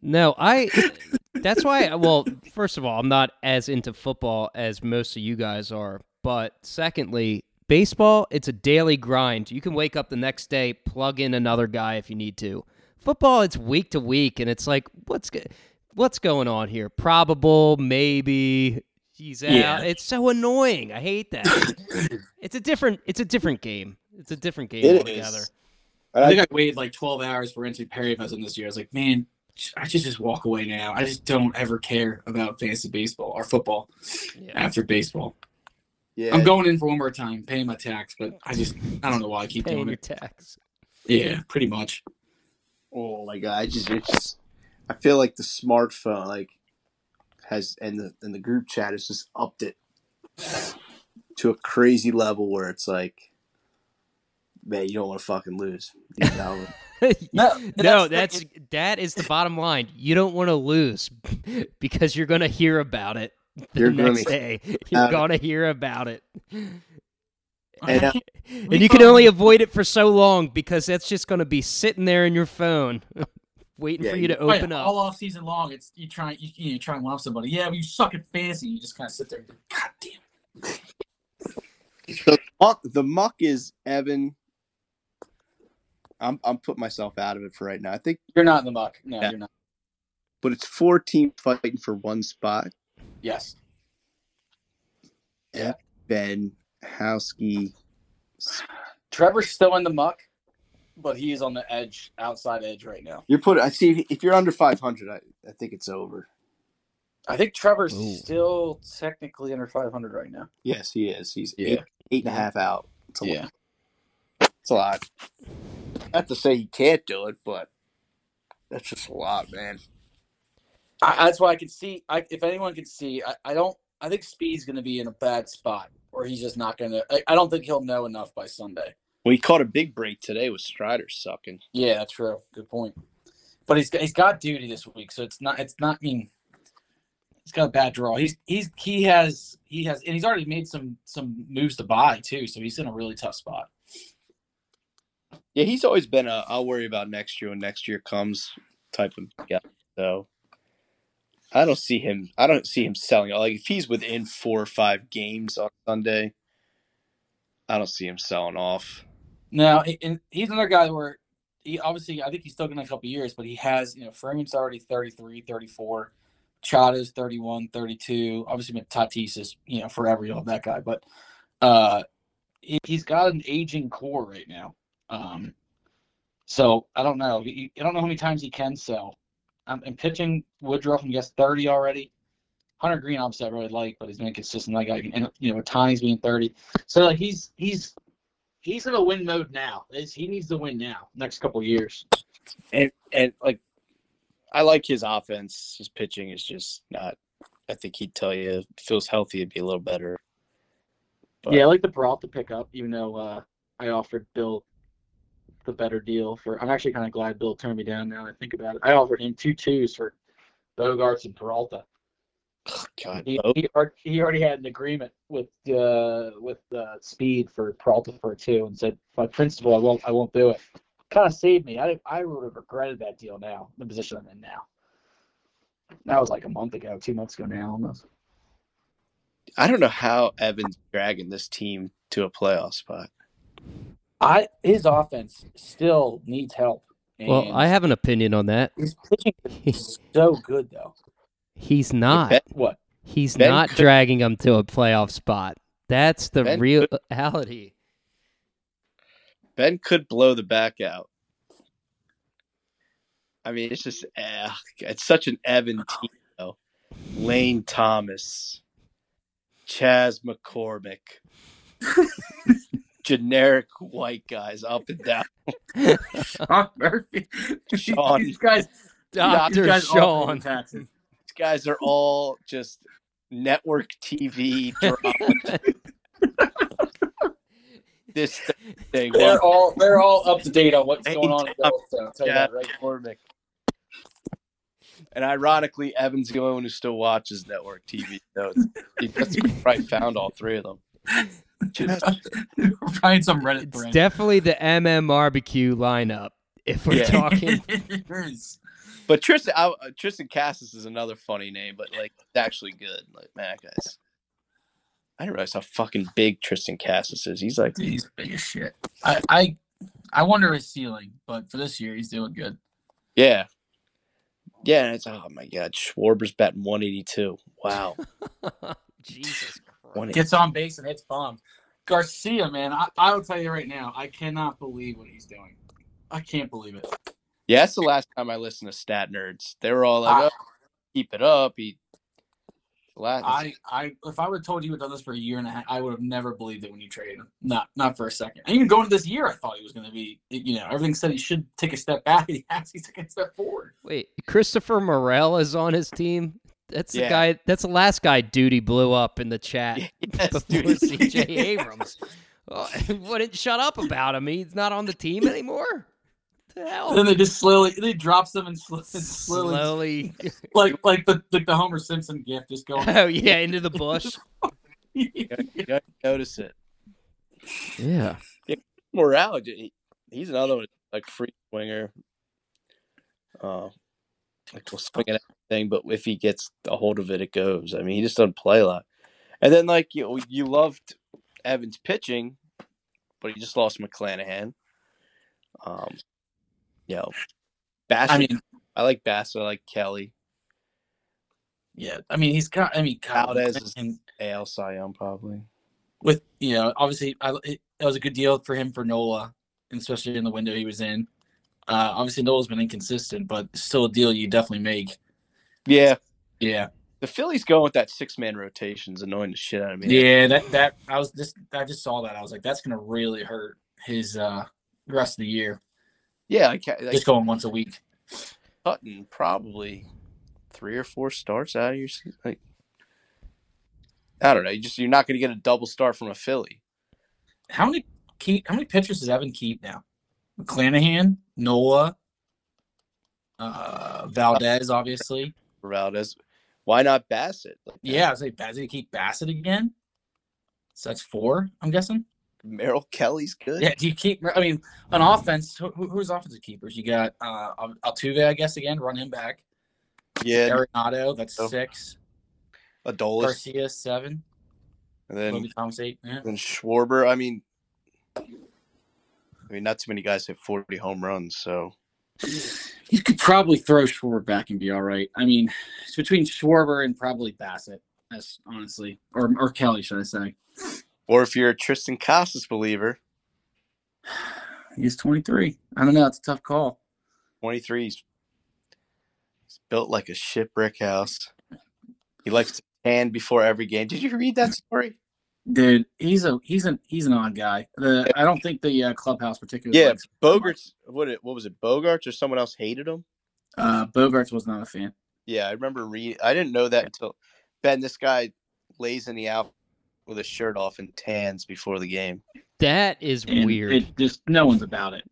B: no, I. That's why. Well, first of all, I'm not as into football as most of you guys are. But secondly, baseball, it's a daily grind. You can wake up the next day, plug in another guy if you need to. Football, it's week to week, and it's like, what's go- what's going on here? Probable, maybe. He's out.
D: Yeah.
B: It's so annoying. I hate that. it's a different. It's a different game. It's a different game
C: It
B: altogether.
D: is.
C: and
D: I
C: I,
D: think I waited like 12 hours for Renton Perry Pessimism this year. I was like, man, I should just walk away now. I just don't ever care about fantasy baseball or football
B: Yeah.
D: after baseball.
C: yeah,
D: I'm going in for one more time, paying my tax, but I just, I don't know why I keep
B: Paying
D: doing
B: your
D: it.
B: tax.
D: Yeah, pretty much.
C: oh my god, I just it's I feel like the smartphone like has and the and the group chat has just upped it to a crazy level where it's like man, you don't want to fucking lose. You know?
D: No,
B: No, that's that is the bottom line. You don't want to lose because you're going to hear about it the
C: You're gonna
B: next
C: be-
B: day. You're
C: uh,
B: going to hear about it.
C: and, uh,
B: And you can only avoid it for so long because that's just going to be sitting there in your phone waiting
C: Yeah,
B: for you
C: you-
B: to
D: Oh, yeah,
B: open
D: all
B: up.
D: off season long. It's you try you, you know, try and love somebody. Yeah, but you suck at fantasy. You just kind of sit there. and go, God damn. It.
C: the muck the muck is Evan. I'm I'm putting myself out of it for right now. I think
D: You're not in the muck. No,
C: Yeah.
D: you're not.
C: but it's four team fighting for one spot.
D: Yes.
C: Ben Howski.
D: Trevor's still in the muck, but he is on the edge, outside edge right now.
C: You're put. I see. If you're under 500, I, I think it's over.
D: I think Trevor's
B: Ooh.
D: still technically under 500 right now.
C: Yes, he is. He's
D: Yeah.
C: eight, eight and a half out. It's a
D: Yeah.
C: lot. It's a lot. Not to say he can't do it, but that's just a lot, man.
D: I, that's why I can see. I, if anyone can see, I, I don't. I think Speed's going to be in a bad spot, or he's just not going to. I, I don't think he'll know enough by Sunday.
C: Well, he caught a big break today with Strider sucking.
D: Yeah, that's true. Good point. But he's he's got duty this week, so it's not. It's not. I mean, he's got a bad draw. He's he's he has he has, and he's already made some some moves to buy too. So he's in a really tough spot.
C: Yeah, he's always been a I'll worry about next year when next year comes type of guy. So I don't see him I don't see him selling out. Like if he's within four or five games on Sunday, I don't see him selling off.
D: No, and he's another guy where he obviously I think he's still going to a couple years, but he has, you know, Freeman's already 33, 34, Chada's 31, 32. Obviously Tatis is, you know, forever you'll have that guy, but uh he, he's got an aging core right now. Um so I don't know. He- I don't know how many times he can sell. I'm, I'm pitching Woodruff and gets 30 already. Hunter Green obviously I really like, but he's been consistent. That guy, and you know, Tani's being 30. So like he's he's he's in a win mode now. Is he needs to win now, next couple years.
C: And and like I like his offense. His pitching is just not I think he'd tell you if he feels healthy it'd be a little better. But-
F: Yeah, I like the Broth to pick up, even though uh, I offered Bill the better deal for. I'm actually kind of glad Bill turned me down now that I think about it. I offered him two twos for Bogarts and Peralta.
C: God
F: He,
C: oh,
F: he, ar- he already had an agreement with uh, with uh, Speed for Peralta for two, and said, "My principal, I won't, I won't do it." Kind of saved me. I, I would have regretted that deal now, the position I'm in now. That was like a month ago, two months ago now, almost.
C: I don't know how Evan's dragging this team to a playoff spot.
D: I his offense still needs help. And
B: Well, I have an opinion on that.
D: his pitching is so good though.
B: He's not.
D: What?
B: He's
C: Ben
B: not
C: could-
B: dragging him to a playoff spot. That's the
C: Ben could-
B: reality.
C: Ben could blow the back out. I mean, it's just eh, it's such an Evan team though. Lane Thomas, Chaz McCormick, generic white guys up and down.
D: Sean Murphy.
C: Sean.
D: These guys, these
B: Dr.
D: guys all pay
B: Ah, Sean.
D: taxes.
C: These guys are all just network TV drama. this thing,
D: They're all they're all up to date on what's
C: Hey,
D: going on. in
C: Tom.
D: Bill, so I'll tell you
C: Chaz
D: that right.
C: McCormick. And ironically, Evan's the only one who still watches network TV. So it's- he- that's where I found all three of them.
D: Find some Reddit
B: It's
D: thread.
B: definitely the MMRBQ lineup. If we're
C: Yeah.
B: talking,
C: But Tristan I, uh, Tristan Cassis is another funny name, but like it's actually good. Like man, that guys, I didn't realize how fucking big Tristan Cassis is. He's like
D: He's big as shit. I, I I wonder his ceiling, but for this year he's doing good.
C: Yeah. Yeah, and it's oh my god, Schwarber's batting 182. Wow.
B: Jesus Christ,
C: 180.
D: Gets on base and hits bombs. Garcia, man, I, I will tell you right now, I cannot believe what he's doing. I can't believe it.
C: Yeah, that's the last time I listened to stat nerds. They were all like,
D: I-
C: oh, keep it up. He last
D: I, I if I would have told you would have done this for a year and a half, I would have never believed it when you traded him. Not not for a second. And even going into this year, I thought he was gonna be you know, everything said he should take a step back and he has he's taking a step forward.
B: Wait, Christopher Morel is on his team. That's the
C: Yeah.
B: guy. That's the last guy Duty blew up in the chat
C: Yes,
B: before
C: dude.
B: CJ Abrams. Oh, wouldn't shut up about him. He's not on the team anymore. The
D: And then
B: hell.
D: they just slowly they drops them and slowly, slowly
B: Slowly,
D: like like the like the Homer Simpson gift just going
B: oh yeah, into the bush.
C: you don't notice it.
B: Yeah,
C: Morale, dude, he- he's another one like free swinger. Uh, like will swing at everything, but if he gets a hold of it, it goes. I mean, he just doesn't play a lot. And then like you, you loved Evans pitching, but he just lost McClanahan. Um, you know, Bassett.
D: I
C: I,
D: mean
C: like Bassett. I like Kelly.
D: Yeah, I mean he's got. I mean Kyle
C: Valdez is-
D: and
C: AL Cy Young probably.
D: with you know obviously I, it, that was a good deal for him for Nola, and especially in the window he was in. Uh, obviously Nola's been inconsistent, but still a deal you definitely make.
C: Yeah,
D: Yeah,
C: the Phillies going with that six man rotation is annoying the shit out of me.
D: yeah. That that I was just I just saw that I was like that's gonna really hurt his uh the rest of the year.
C: yeah. I can't, like,
D: Just going once a week.
C: cutting probably three or four starts out of your season. Like, I don't know. You just you're not going to get a double start from a Philly.
D: How many keep? How many pitchers does Evan keep now? McClanahan, Nola, uh, Valdez, obviously.
C: Valdez, why not Bassett? Like,
D: Yeah, I was like, Bassett keep Bassett again. So that's four, I'm guessing.
C: Merrill Kelly's good.
D: Yeah, do you keep? I mean, on offense, who, who- who's offensive keepers? You got uh, Al- Altuve, I guess, again, run him back.
C: yeah.
D: Arenado, that's
C: Oh.
D: six.
C: Adolis,
D: Garcia, seven.
C: and then
D: Toby Thomas, eight. Yeah.
C: then Schwarber. I mean, I mean, not too many guys hit 40 home runs. So
D: You could probably throw Schwarber back and be all right. I mean, it's between Schwarber and probably Bassett. That's honestly, or or Kelly, should I say?
C: or if you're a Tristan Casas believer,
D: He's 23. I don't know. It's a tough call.
C: 23. He's, he's built like a shipwreck house. He likes to tan before every game. Did you read that story?
D: Dude, he's a he's an he's an odd guy. The I don't think the uh, clubhouse particularly.
C: Yeah,
D: likes-
C: Bogarts. What it, what was it? Bogarts or someone else hated him?
D: uh, Bogarts was not a fan.
C: Yeah, I remember. Re- I didn't know that until Ben. This guy lays in the outfield with his shirt off and tans before the game.
B: that is
E: And
B: weird.
E: It just no one's about it.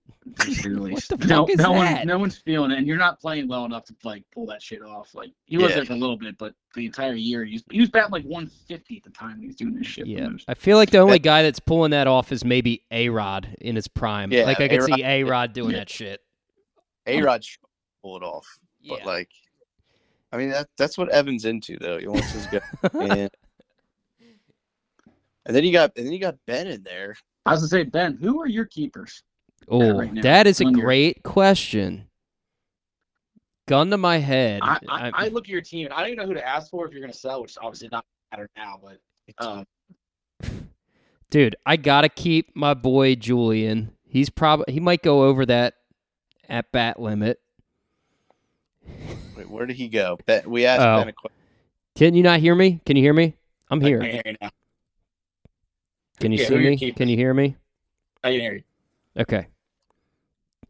E: to say the least.
B: the
E: no,
B: fuck is
E: no
B: that?
E: one, no one's feeling it, and you're not playing well enough to like pull that shit off. Like he was
C: Yeah.
E: there for a little bit, but the entire year he was, he was batting like 150 at the time when he was doing this shit.
B: Yeah,
E: It was-
B: I feel like the only guy that's pulling that off is maybe A Rod in his prime.
C: Yeah,
B: like I could
C: A-Rod-
B: see A Rod doing
E: Yeah.
B: that shit.
C: A Rod pull it off,
B: Yeah,
C: but like, I mean that that's what Evans into though. He wants his guy. and, and then you got and then you got Ben in there.
E: I was gonna say Ben, who are your keepers?
B: oh,
E: right now.
B: that is a
E: One year.
B: great question. Gun to my head.
F: I, I, I
B: I'm-
F: look at your team and I don't even know who to ask for if you're going to sell, which obviously not matter now, but um,
B: dude, I gotta keep my boy Julian. He's probably he might go over that at bat limit.
C: Wait, where did he go? Ben, we asked
B: Oh.
C: Ben a question.
B: Can you not hear me? Can you hear me? I'm
D: I
B: here.
D: can hear you now.
B: Can you
D: yeah,
B: see
D: who you
B: me?
D: keep?
B: Can you hear me?
D: I can hear you.
B: Okay.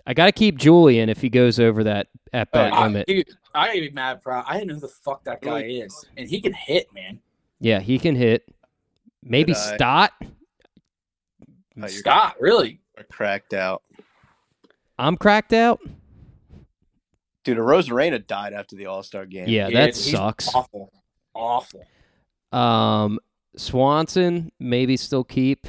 B: I gotta keep Julian if he goes over that at bat
D: I,
B: limit.
D: dude, I gotta be mad proud. I didn't know who the fuck that guy is, and he can hit, man.
B: Yeah, he can hit. Maybe
C: Did I-
B: Stott.
C: Oh, you're
D: Scott, really?
C: cracked out,
B: I'm cracked out.
C: dude. A Rosarena died after the All Star game.
B: Yeah,
D: Yeah,
B: that
D: he's
B: sucks.
D: Awful, awful.
B: Um, Swanson, maybe still keep.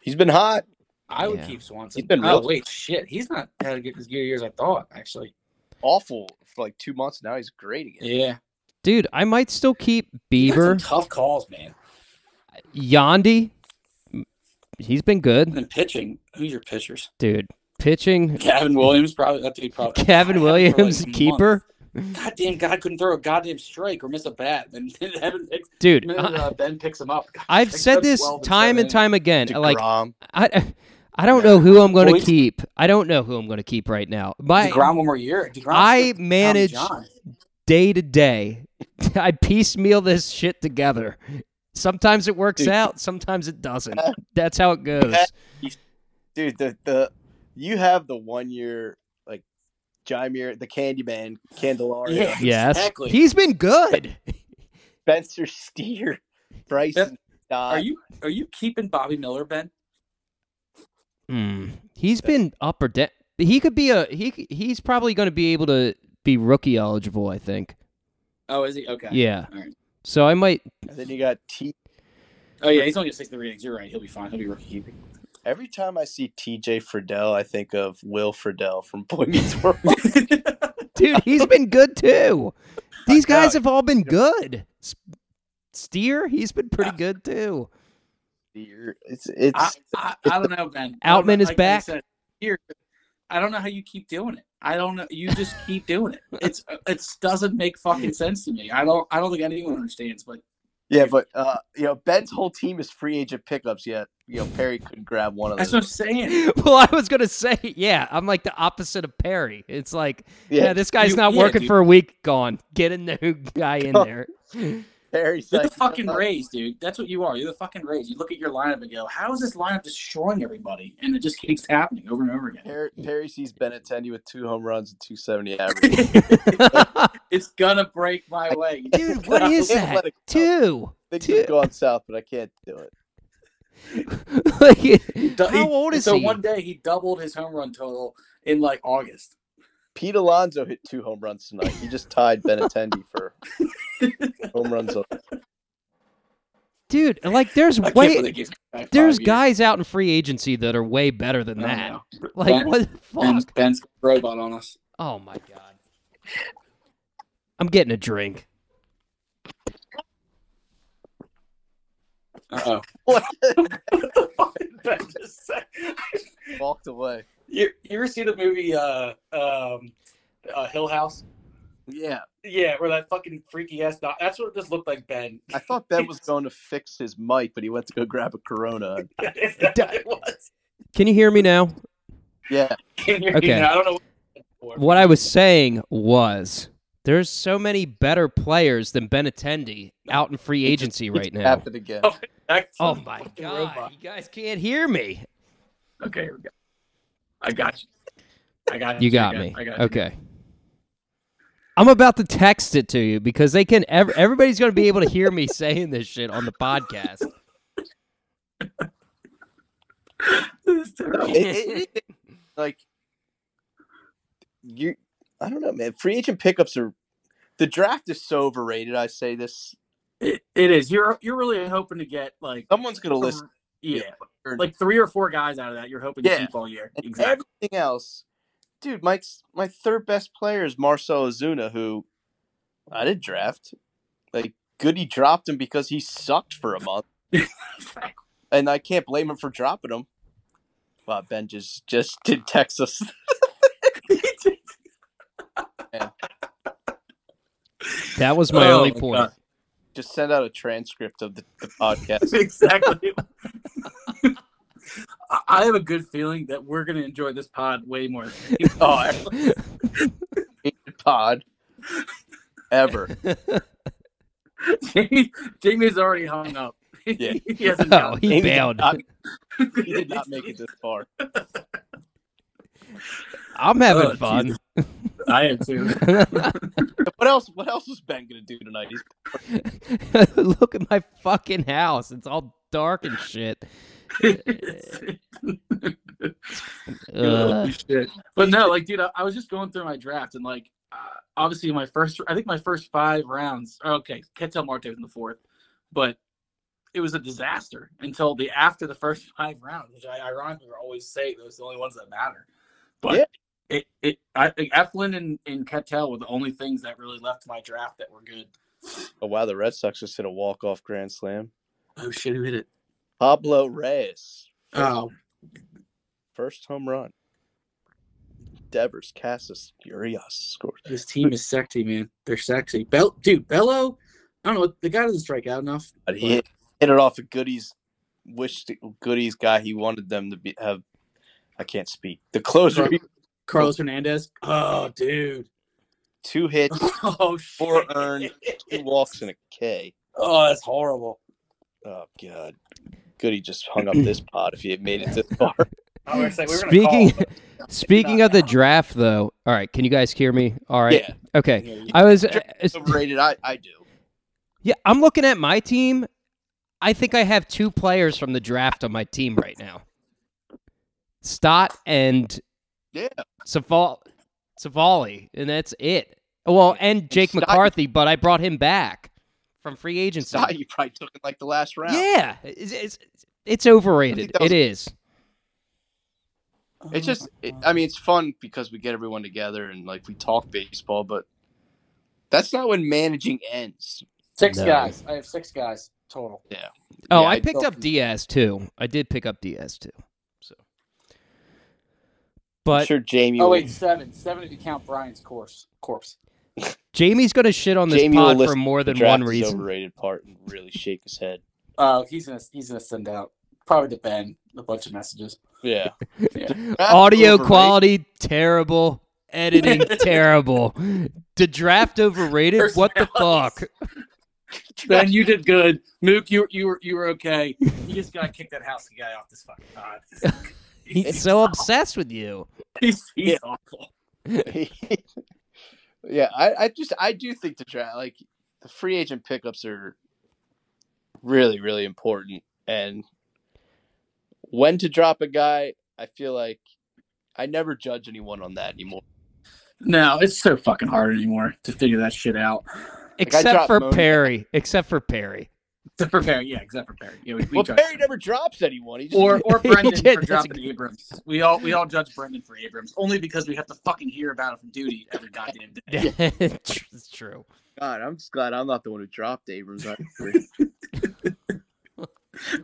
C: He's been hot.
D: I would
B: Yeah.
D: keep Swanson.
C: He's been
D: oh
C: real-
D: wait, shit, he's not had a good as good a year as I thought. Actually,
C: Awful for like two months. Now he's great again.
D: yeah,
B: Dude, I might still keep
D: He got some
B: Bieber.
D: tough calls, man.
B: Yandy, he's been
D: And
B: good.
D: then pitching, who's your pitchers?
B: Dude, pitching,
D: Gavin Williams, probably that dude. Probably
B: Kevin
D: I haven't for, like,
B: Williams, keeper.
D: months. Goddamn, God couldn't throw a goddamn strike or miss a bat, and then Evan picks
B: Dude,
D: and then,
B: I,
D: uh, Ben picks him up. God,
B: I've
D: they
B: said
D: took
B: this
D: 12 and
B: time and
D: seven.
B: time again. Like,
C: DeGrom.
B: I, I don't know who I'm going
D: Well,
B: to
D: he's-
B: keep. I don't know who I'm going to keep right now. My
D: DeGrom one more year. DeGrom
B: I
D: stripped Tommy
B: manage-
D: John.
B: day to day, I piecemeal this shit together. Sometimes it works
C: Dude.
B: out, sometimes it doesn't. That's how it goes.
C: dude. The the you have the one year like Jaimir, the Candyman, Candelaria,
D: Yeah.
B: Yes,
D: Exactly.
B: he's been good.
C: Spencer Steer, Bryson. Stott.
D: Are you are you keeping Bobby Miller, Ben?
B: Hmm. He's been up or down. He could be a he. c- He's probably going to be able to be rookie eligible. I think.
D: Oh, is he okay?
B: Yeah.
D: All right.
B: So I might.
C: And then you got T.
D: Oh yeah, he's only got sixty ratings. You're right. He'll be fine. He'll be rookie keeping.
C: Every time I see TJ Friedel, I think of Will Friedel from Boy Meets World.
B: Dude, he's been good too. These
C: No,
B: guys have all been good. S- Steer, he's been pretty good too.
C: it's it's
D: I, I, I don't know, Ben. I don't
B: Outman
D: know,
B: is
D: like I
B: back.
D: said, here, I don't know how you keep doing it. I don't know. You just keep doing it. It's it doesn't make fucking sense to me. I don't. I don't think anyone understands. But
C: yeah, but uh, you know Ben's whole team is free agent pickups. Yet you know Perry couldn't grab one of
D: that's
C: those.
D: what I'm saying.
B: Well, I was gonna say, yeah, I'm like the opposite of Perry. It's like, yeah,
C: yeah,
B: this guy's
D: you-
B: not
D: yeah,
B: working
D: dude.
B: for a week. Gone. Get a new guy in
C: Go-
B: there.
C: Perry's
D: You're the
C: like,
D: fucking
C: uh,
D: Rays, dude. That's what you are. You're the fucking Rays. You look at your lineup and go, "How is this lineup destroying everybody?" And it just keeps happening over and over again.
C: Perry, Perry sees Ben at ten with two home runs and two seventy average.
D: It's gonna break my way.
B: Dude, what is
C: Yeah, let
B: that?
C: it
B: Two.
C: go. Things
B: Dude.
C: have gone south, but I can't do it.
B: Like,
D: Du- he-
B: how old is
D: so
B: he?
D: one day he doubled his home run total in like August.
C: Pete Alonso hit two home runs tonight. He just tied Ben Attendee for home runs. on-
B: Dude, like, there's
D: I can't
B: way
D: believe he's back five
B: there's
D: years. Oh,
B: guys out in free agency that are way better than
D: I don't
B: that.
D: know.
B: Like,
D: Ben-
B: what the
D: Ben's,
B: fuck?
D: Ben's robot on us.
B: Oh my god. I'm getting a drink.
D: Uh oh.
C: What?
D: what the fuck did Ben just say?
C: Walked away.
D: You, you ever see the movie uh, um, uh, Hill House?
C: Yeah,
D: Yeah, where that fucking freaky ass dog. That's what it just looked like, Ben.
C: I thought Ben was going to fix his mic, but he went to go grab a Corona.
D: That's what it was.
B: Can you hear me now?
C: Yeah,
D: Can you-
B: Okay.
D: you know, I don't know. What,
B: What I was saying was there's so many better players than Ben Attendee out in free agency right now.
C: happened again.
D: Oh. Back to
B: Oh
D: the
B: my
D: fucking
B: god.
D: robot.
B: You guys can't hear me.
D: Okay, here we go. I got you. I got you.
B: You got
D: I
B: me.
D: I got you.
B: Okay. I'm about to text it to you because they can ev- everybody's going to be able to hear me saying this shit on the podcast.
D: This is terrible.
C: It- it- it- like you, I don't know, man. Free agent pickups are the draft is so overrated. I say this.
D: It- it is. You're you're really hoping to get like
C: Someone's going to listen.
D: yeah,
C: Or-
D: like three or four guys out of that. You're hoping
C: Yeah.
D: to keep all year.
C: And
D: Exactly.
C: everything else, dude. My my third best player is Marcel Ozuna, who I didn't draft. Like Goody dropped him because he sucked for a month, and I can't blame him for dropping him. Wow, Ben just just did Texas.
B: That was my
D: Oh
B: only
D: my
B: point.
D: God.
C: Just send out a transcript of the, the podcast.
D: exactly. I- I have a good feeling that we're gonna enjoy this pod way more. Than
C: Oh, every pod ever.
D: Jamie, Jamie's already hung up.
C: Yeah.
D: he hasn't.
B: Oh,
D: gotten
B: he
C: Maybe
B: bailed.
C: not- He did not make it this far.
B: I'm having
D: Oh,
B: fun.
D: it. I am too.
C: What else? What else was Ben gonna do tonight? He's
B: Look at my fucking house. It's all dark and shit.
D: Holy
B: Ugh.
D: shit. But no, like, dude, I, I was just going through my draft and like, uh, obviously, my first, I think my first five rounds. Okay, Ketel Marte was in the fourth, but it was a disaster until the after the first five rounds, which I ironically always say those are the only ones that matter. But
C: Yeah.
D: it it I think Eflin and, and Cattell were the only things that really left my draft that were good.
C: Oh wow, the Red Sox just hit a walk off grand slam.
D: Oh shit, who hit it?
C: Pablo Reyes,
D: Oh,
C: first home run. Devers, Cassis, Urias scores.
D: this team is sexy, man. They're sexy. Bell dude, Bello. I don't know. The guy doesn't strike out enough.
C: But he hit, hit it off a goodies wish goodies guy he wanted them to be have I can't speak. The closer
D: Carl- Carlos Hernandez. Oh, dude.
C: two hits,
D: Oh, shit.
C: four earned, two walks, and a K.
D: Oh, that's horrible.
C: Oh god. Goody just hung up this pod if he had made it this far.
D: I was like, we were gonna
B: Speaking-
D: call,
B: Speaking of the draft, though, all right, can you guys hear me? All right,
C: Yeah.
B: okay.
D: but-
B: I was, uh,
C: Overrated, I, I do.
B: yeah, I'm looking at my team. I think I have two players from the draft on my team right now. Stott and
C: Yeah.
B: Saval, Savali, and that's it. Well, and Jake
C: Stott-
B: McCarthy, but I brought him back from free agency.
C: Sigh, you probably took it like the last round.
B: Yeah, it's, it's, it's overrated.
C: that was-
B: It is.
C: It's just, it, I mean, it's fun because we get everyone together and like we talk baseball, but that's not when managing ends.
D: six
B: No.
D: guys. I have six guys total.
B: Oh,
C: Yeah,
B: I
C: I
B: picked
C: don't-
B: up Diaz too. I did pick up Diaz too. So, but
C: I'm sure Jamie.
D: Oh
C: will-
D: wait, seven. Seven if you count Brian's course corpse.
B: Jamie's gonna shit on this
C: Jamie will
B: pod for
C: listen
B: more
C: the
B: than
C: draft
B: one
C: is
B: reason.
C: Overrated part and really shake his head.
D: Oh, he's gonna he's gonna send out probably to Ben a bunch of messages.
C: Yeah.
D: Yeah.
B: Audio
C: Overrated.
B: quality terrible, editing terrible. The draft overrated. What the fuck?
D: Ben, you did good. Mook, you you were you were okay. You just gotta kick that house guy off this fucking pod.
B: He's so obsessed with you.
D: he's, he's awful.
C: yeah, I, I just I do think the draft like the free agent pickups are really really important and when to drop a guy, I feel like I never judge anyone on that anymore.
D: No, it's so fucking hard anymore to figure that shit out.
B: Except
C: dropped
B: for
C: Moni.
B: Perry. Except for Perry.
D: Except for Perry, yeah, except for Perry. Yeah, we, we
C: well,
D: judge
C: Perry
D: him.
C: never drops anyone. He just,
D: or or
B: He
D: Brendan
B: did,
D: for
B: that's
D: dropping
B: a
D: Abrams. We all we all judge Brendan for Abrams only because we have to fucking hear about it from duty every goddamn day.
B: it's true.
C: God, I'm just glad I'm not the one who dropped Abrams. I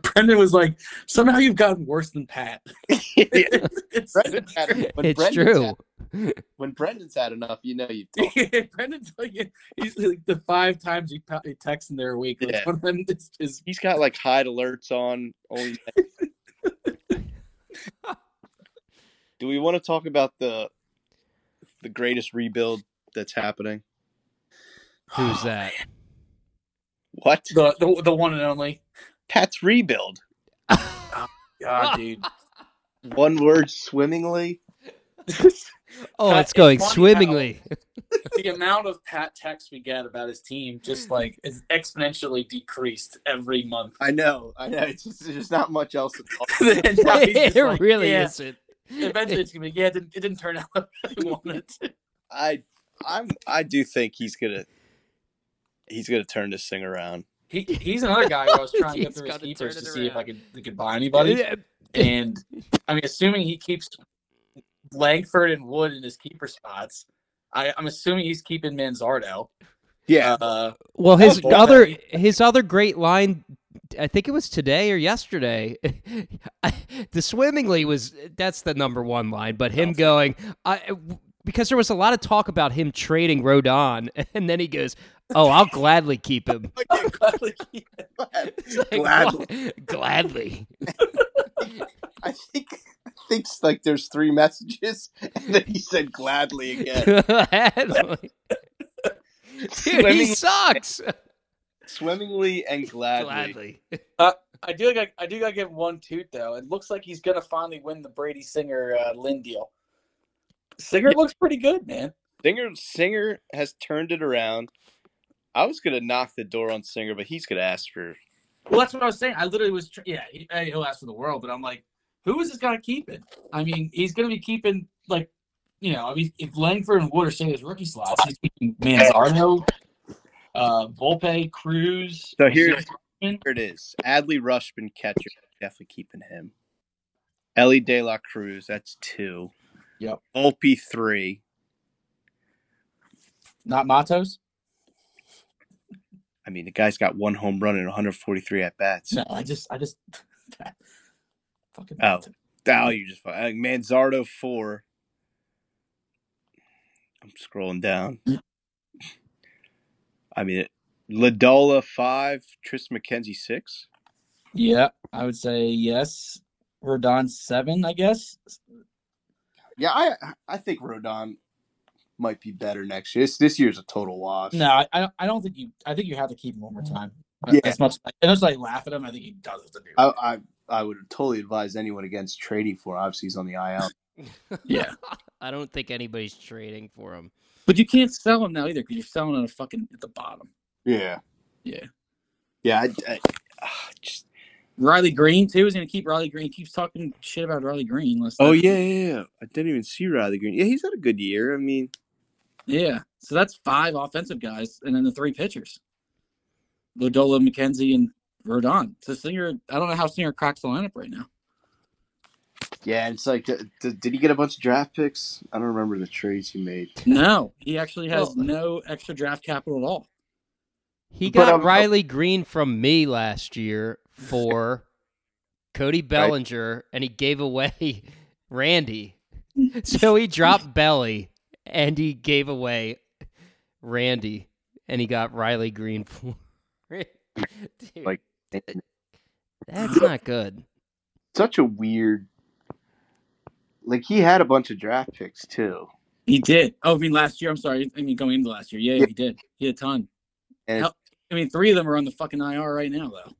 D: Brendan was like, somehow you've gotten worse than Pat. It's-
C: Brendan's had, when
B: it's
C: Brendan's
B: true.
C: Had, when Brendan's had enough, you know you've done.
D: Brendan's like, he's like the five times he, pa- he texts in there a week. Like
C: Yeah.
D: One of them is, is
C: He's got like hide alerts on. Only. Do we want to talk about the the greatest rebuild that's happening?
B: Who's that?
C: What?
D: the, the the one and only.
C: Pat's rebuild.
D: God, dude.
C: One word swimmingly.
B: Oh,
D: Uh,
B: it's going
D: it's funny how-
B: swimmingly.
D: the amount of Pat texts we get about his team just like is exponentially decreased every month.
C: I know. I know. It's just, there's not much else to talk.
D: And now he's just
B: it
D: like,
B: really
D: "Yeah."
B: isn't.
D: Eventually, it's gonna be yeah. It didn't, it didn't turn out how I wanted. to."
C: I I'm I do think he's gonna he's gonna turn this thing around.
D: He, he's another guy who I was trying to get
B: He's
D: through his
B: gotta
D: keepers
B: turn
D: to
B: it
D: see if I
B: around.
D: could, we could buy anybody. And I mean, assuming he keeps Langford and Wood in his keeper spots, I, I'm assuming he's keeping Manzardo.
C: Yeah.
D: Uh,
B: Well, his
D: boy.
B: other his other great line, I think it was today or yesterday. the swimmingly was that's the number one line, but him going, I because there was a lot of talk about him trading Rodon, and then he goes, "Oh, I'll gladly keep him."
C: Uh,
B: It's like,
C: Gladly.
B: what? gladly.
C: I think I think like there's three messages and then he said gladly again.
B: Gladly. Dude, he
C: Swimmingly-
B: sucks.
C: Swimmingly and gladly.
B: Gladly.
D: I do like I do gotta give him one toot though. It looks like he's gonna finally win the Brady Singer uh, Lynn deal. Singer looks pretty good, man.
C: Singer Singer has turned it around. I was gonna knock the door on Singer, but he's gonna ask for
D: Well, that's what I was saying. I literally was, tr- yeah, he, hey, he'll ask for the world, but I'm like, who is this guy keeping? I mean, he's going to be keeping, like, you know, I mean, if Langford and Wood are saying his rookie slots, he's keeping Manzardo, uh, Volpe, Cruz.
C: So here's- Here it is. Adley Rushman catcher. Definitely keeping him. Ellie De La Cruz. That's two.
G: Yep.
C: Volpe three.
G: Not Matos?
C: I mean, the guy's got one home run and 143 at bats.
D: No, I just, I just. fucking
C: Oh. Oh, you just like Manzardo four. I'm scrolling down. I mean, it- Ladola five, Tris McKenzie six.
D: Yeah, I would say yes. Rodon seven, I guess.
C: Yeah, I I think Rodon might be better next year. This, this year's a total wash.
D: No, I, I don't- I don't think you. I think you have to keep him one more time.
C: Yeah.
D: As much as much as I laugh at him, I think he does have to do. it.
C: I, I I would totally advise anyone against trading for. Obviously, he's on the IL.
D: Yeah.
B: I don't think anybody's trading for him.
D: but you can't sell him now either because you're selling at a fucking at the bottom.
C: yeah.
D: Yeah.
C: Yeah. I, I, ah, just,
D: Riley Green too is going to keep Riley Green. He keeps talking shit about Riley Green. Let's
C: oh yeah, yeah, yeah. I didn't even see Riley Green. Yeah, he's had a good year. I mean,
D: yeah. So that's five offensive guys, and then the three pitchers, Lodola, McKenzie, and Rodon. So Singer, I don't know how Singer cracks the lineup right now.
C: Yeah, and it's like, d- d- did he get a bunch of draft picks? I don't remember the trades he made.
D: No, he actually has
B: Well-
D: no extra draft capital at all.
B: He
C: But,
B: got
C: um,
B: Riley Green from me last year for Cody Bellinger, and he gave away Randy. So he dropped Belly, and he gave away Randy, and he got Riley Green for it. Dude,
C: Like-
B: that's not good.
C: Such a weird. Like he had a bunch of draft picks too,
D: He did. Oh, I mean last year. I'm sorry. I mean going into last year. Yeah,
C: Yeah.
D: he did. He had a ton.
C: and
D: Yep. I mean three of them are on the fucking IR right now though.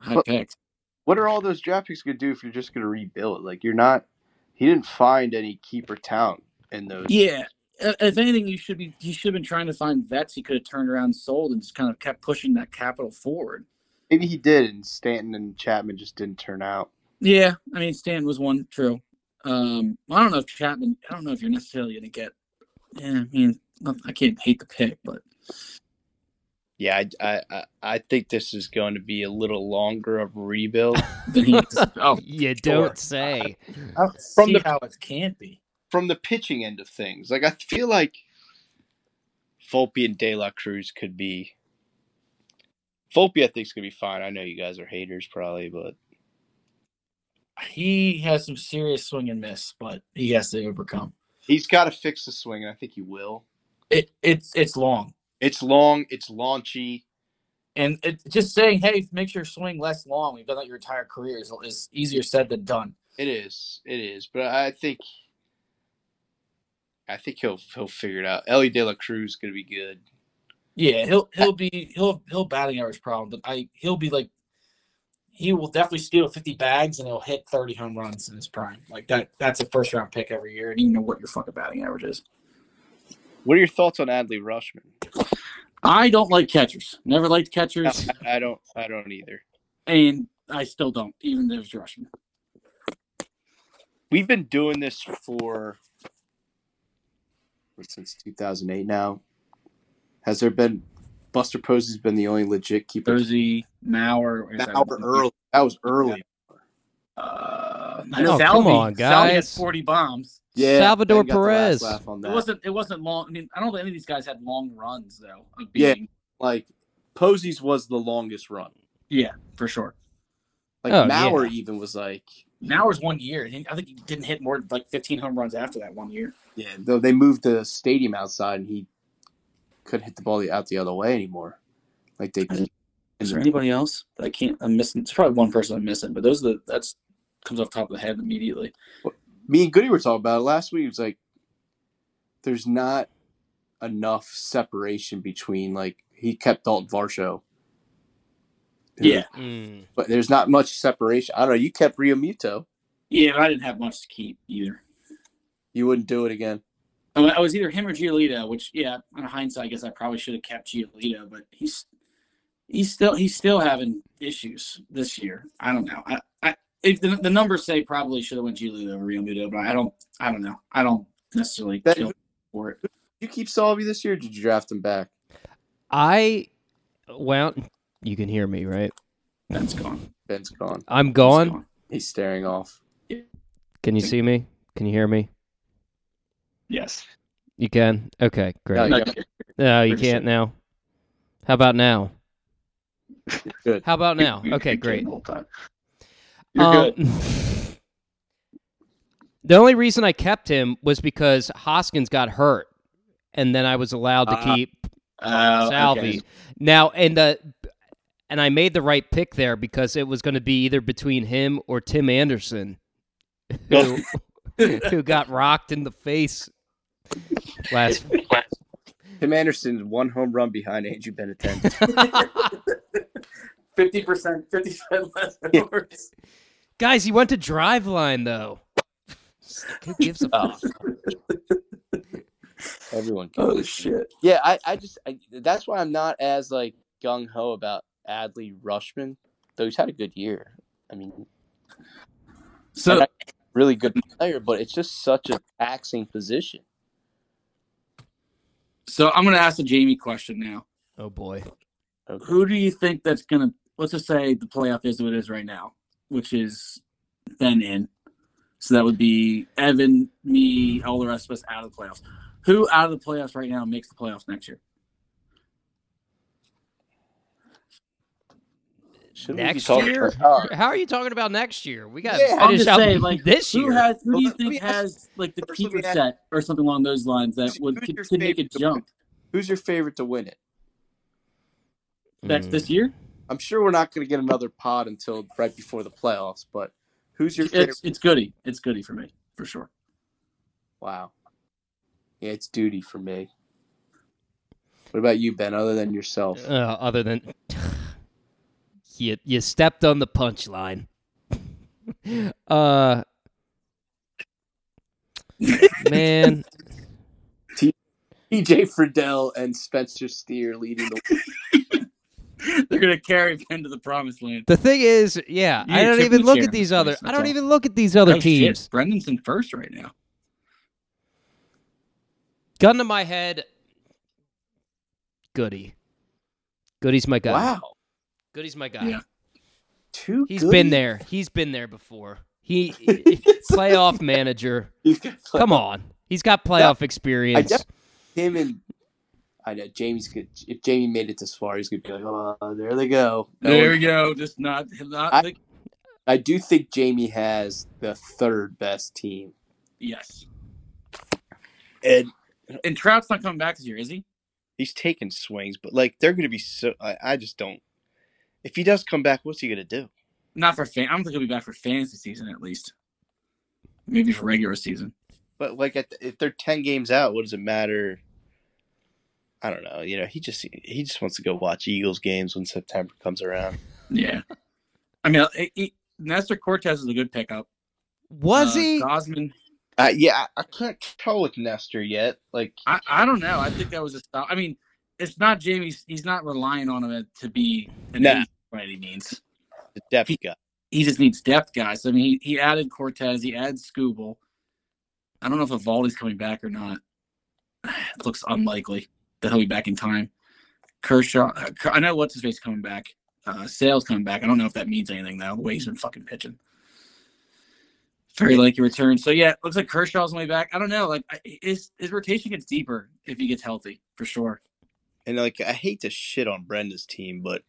D: High
C: But-
D: picks.
C: what are all those draft picks gonna do if you're just gonna rebuild? Like you're not. He didn't find any keeper talent in those.
D: Yeah. I- If anything, you should be. He should have been trying to find vets. He could have turned around, and sold, and just kind of kept pushing that capital forward.
C: Maybe he did, and Stanton and Chapman just didn't turn out.
D: Yeah, I mean Stan was one true. Um, I don't know if Chapman. I don't know if you're necessarily going to get. Yeah, I mean I can't hate the pick, but
C: Yeah, I, I, I, I think this is going to be a little longer of a rebuild.
D: then he. oh,
B: You don't say.
D: from
H: From
D: the
H: the-
D: how it can't be.
C: from the pitching end of things. Like I feel like Volpe and De La Cruz could be. Volpe, I think, is gonna be fine. I know you guys are haters, probably, but
D: He has some serious swing and miss, but he has to overcome.
C: he's got to fix the swing, and I think he will.
D: It it's it's long,
C: It's long, it's launchy.
D: and it, just saying, hey, make your swing less long. We've done that your entire career is, is easier said than done.
C: It is, it is, but I think, I think he'll he'll figure it out. Ellie De La Cruz is gonna be good.
D: Yeah, he'll he'll be he'll he'll batting average problem, but I he'll be like he will definitely steal fifty bags and he'll hit thirty home runs in his prime. Like that that's a first round pick every year, and you know what your fucking batting average is.
C: What are your thoughts on Adley Rushman?
D: I don't like catchers. Never liked catchers,
C: I, I don't, I don't either.
D: and I still don't, even if it's Russian.
C: we've been doing this for what, since 2008 now has there been buster posey's been the only legit keeper
D: Posey, Mauer, is
C: that was early that was early
D: Uh, I
B: Oh,
D: know
B: come
D: Salvi-
B: on,
D: Salvi had
B: guys.
D: forty bombs.
B: Salvador
C: Ben got the last
B: Perez.
C: laugh on
D: It
C: that.
D: wasn't. It wasn't long. I mean, I don't think any of these guys had long runs though. Of
C: Yeah.
D: beating,
C: like posey's was the longest run
D: for sure.
C: like
B: Oh,
C: mauer
B: yeah.
C: even was like
D: Mauer's one year. He- I think he didn't hit more than like fifteen home runs after that one year.
C: yeah though they moved the stadium outside and he couldn't hit the ball out the other way anymore like they
D: Is there anybody else? that I can't. I'm missing. It's probably one person I'm missing, but those are the. That's comes off the top of the head immediately.
C: me and Goody were talking about it last week. It was like there's not enough separation between like he kept Dalton Varsho.
D: Yeah.
B: Mm.
C: But there's not much separation. I don't know. You kept Rio Muto.
D: Yeah, but I didn't have much to keep either.
C: You wouldn't do it again.
D: I mean, I was either him or Giolito, which yeah, on hindsight, I guess I probably should have kept Giolito, but he's he's still he's still having issues this year. I don't know. I, I if the, the numbers say probably should have went Giolito over Real Muto, but I don't I don't know. I don't necessarily
C: That-
D: feel for it.
C: You keep Salvi this year? Or did you draft him back?
B: I wound You can hear me, right?
D: Ben's gone.
C: Ben's gone.
B: I'm gone.
D: He's gone.
C: He's staring off.
B: Can you see me? Can you hear me?
F: Yes.
B: You can. Okay, great.
C: No, you
B: No,
D: Yeah.
C: got-
B: you
D: pretty
B: can't now. How about now?
C: good.
B: How about now?
F: You- you
B: Okay,
F: can
B: great.
F: the whole time.
E: You're
B: Um,
E: good.
B: the only reason I kept him was because Hoskins got hurt, and then I was allowed to
F: Uh-huh.
D: Ah,
B: keep
C: Oh,
D: Uh,
B: Salvi.
D: okay.
B: Now and uh, and I made the right pick there because it was going to be either between him or Tim Anderson, who, who got rocked in the face last.
C: Tim Anderson's one home run behind Andrew Benatendi.
E: Fifty percent, fifty percent less.
C: Yeah.
E: hours.
B: Guys, he went to drive line though. Who gives a fuck?
C: Everyone. Can.
E: Oh shit!
C: Yeah, I, I just I, that's why I'm not as like gung ho about Adley Rushman, though he's had a good year. I mean,
D: So
C: really good player, but it's just such a taxing position.
D: So I'm going to ask the Jamie question now.
B: Oh boy.
C: Okay.
D: Who do you think that's going to, let's just say the playoff is what it is right now, which is Ben in. So that would be Evan, me, all the rest of us out of the playoffs. Who out of the playoffs right now makes the playoffs next year?
C: Shouldn't we be
B: Next
C: talking
B: year?
C: about-
B: How are you talking about next year? We got
C: Yeah,
B: to
C: I'm
B: finish
D: just
B: up
D: saying, like,
B: this
D: Who
B: year.
D: has? Who do you
C: Let me
D: think
C: ask-
D: has like the
C: first let
D: keeper
C: me ask-
D: set or something along those lines that would
C: Who's
D: could,
C: your
D: could make a
C: favorite-
D: jump?
C: Who's your favorite to win it?
D: That's
B: Mm.
D: this year.
C: I'm sure we're not going to get another pod until right before the playoffs, but who's your favorite?
D: It's it's goody. It's goody for me for sure.
C: Wow. Yeah, it's duty for me. What about you, Ben, other than yourself?
B: Uh, other than you, you stepped on the punchline. uh, man,
C: EJ Friedel and Spencer Steer leading the
D: They're gonna carry Ben to the promised land.
B: the thing is, yeah,
D: You
B: I
D: need
B: don't
D: to
B: even
D: keep
B: look
D: sharing
B: at these
D: this,
B: other.
D: that's
B: I don't
D: all.
B: even look at these other
D: Oh, shit,
B: teams.
D: Brendan's in first right now.
B: Gun to my head, Goody. Goody's my guy.
C: Wow.
B: Goody's my guy.
D: Yeah.
C: Two
B: He's
C: good-
B: been there. He's been there before. He playoff manager.
C: He's gonna play
B: Come on. He's got playoff experience.
C: def- him and I know Jamie's good. If Jamie made it this far, he's gonna be like, "Oh, there they go." No
D: There
C: one-
D: we go. Just not, not
C: I-
D: the,
C: I do think Jamie has the third best team,
D: yes.
C: and
D: And Trout's not coming back this year, is he?
C: he's taking swings, but like they're gonna be so. I, I just don't. If he does come back, what's he gonna do?
D: Not for fan. I don't think he'll be back for fantasy season at least. Maybe for regular season.
C: But like, at the, if they're ten games out, what does it matter? I don't know. You know, he just he just wants to go watch Eagles games when September comes around.
D: Yeah. I mean, it, it, Nestor Cortez is a good pickup.
B: Was
D: Uh,
B: he?
D: Gosman.
C: Uh, yeah, I, I can't tell with Nestor yet. Like,
D: I, I don't know. I think that was a stop. I mean, it's not Jamie's. He's not relying on him to be an
C: No.
D: ace by any means.
C: the depth guy.
D: He just needs depth guys. I mean, he, he added Cortez. He added Scooble. I don't know if Evaldi's coming back or not. It looks unlikely that he'll be back in time. Kershaw, uh, Ker- I know what's his face coming back. Uh, Sales coming back. I don't know if that means anything though. The way he's been fucking pitching, very likely return. So yeah, looks like Kershaw's on the way back. I don't know. Like I- his his rotation gets deeper if he gets healthy for sure.
C: And like, I hate to shit on Brenda's team, but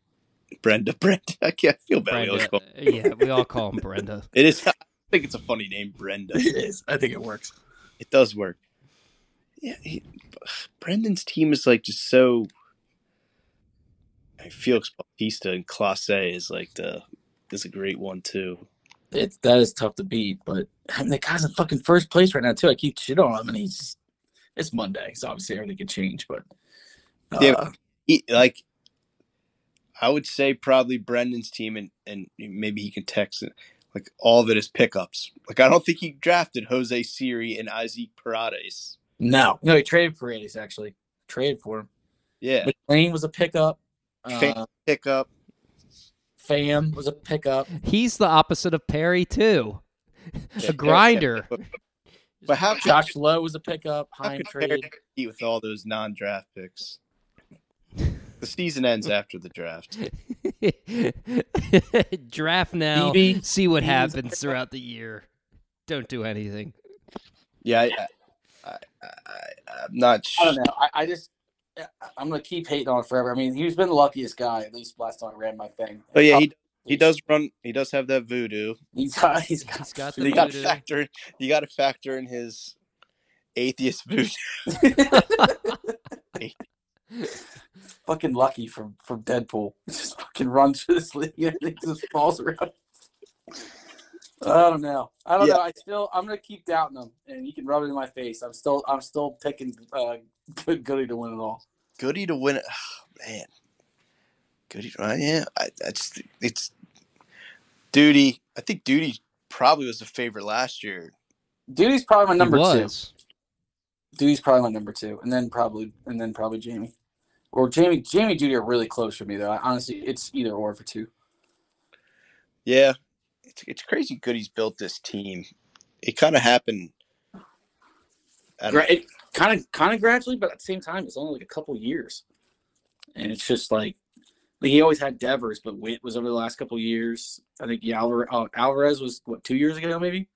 C: Brenda, Brenda, I can't feel bad. We always
B: Brenda. uh,
C: call
B: yeah, we all call him Brenda.
C: it is. I think it's a funny name, Brenda.
D: It is. I think it works.
C: It does work. Yeah, he, Brendan's team is like just so. I Felix Bautista and Classe is like the is a great one too.
E: It's that is tough to beat, but I mean, the guy's in fucking first place right now too. I keep shit on him, and he's it's Monday, so obviously everything can change. But uh,
C: Yeah, He, like, I would say probably Brendan's team, and and maybe he can text it. Like all of it is pickups. Like I don't think he drafted Jose Siri and Isaac Paredes.
E: no, no, he traded for Paredes actually. Traded for him.
C: Yeah,
E: McLean was a pickup. Uh,
C: Fan- pickup.
E: Fam was a pickup.
B: He's the opposite of Perry too.
C: Yeah,
B: A grinder.
C: But, but how could
E: Josh Lowe was a pickup.
C: how
E: Heim
C: could Perry
E: trade.
C: compete with all those non-draft picks? The season ends after the draft.
B: Draft now.
E: BB.
B: see what happens throughout the year. Don't do anything.
C: Yeah, I, I, I, I, I'm not.
D: I
C: Sh-
D: don't know. I, I just I- I'm gonna keep hating on it forever. I mean, he's been the luckiest guy. At least last time I ran my thing.
C: but Oh, yeah, he he does run. He does have that voodoo.
D: He's got. He's got.
B: He's got the
C: You got to
B: voodoo.
C: factor. You got to factor in his atheist voodoo.
D: fucking lucky from from Deadpool. Just fucking runs through this league and it just falls around. I don't know. I don't
C: Yeah.
D: know. I still I'm gonna keep doubting him, and you can rub it in my face. I'm still I'm still picking uh, good Goody to win it all.
C: Goody to win it. man, Goody. I- Yeah, I, that's it's duty. I think duty probably was the favorite last year.
D: Duty's probably my
B: He
D: number two.
B: was.
D: Duty's probably my number two, and then probably and then probably Jamie. Or Jamie Jamie and Duty are really close for me though. I, honestly, it's either or for two.
C: Yeah, it's it's crazy. Goody's built this team. It kind of happened. I don't-
D: Gra- it kind of kind of gradually, but at the same time, it's only like a couple years, and it's just like, like, he always had Devers, but Witt was over the last couple years. I think Alvarez, uh, Alvarez was what two years ago, maybe.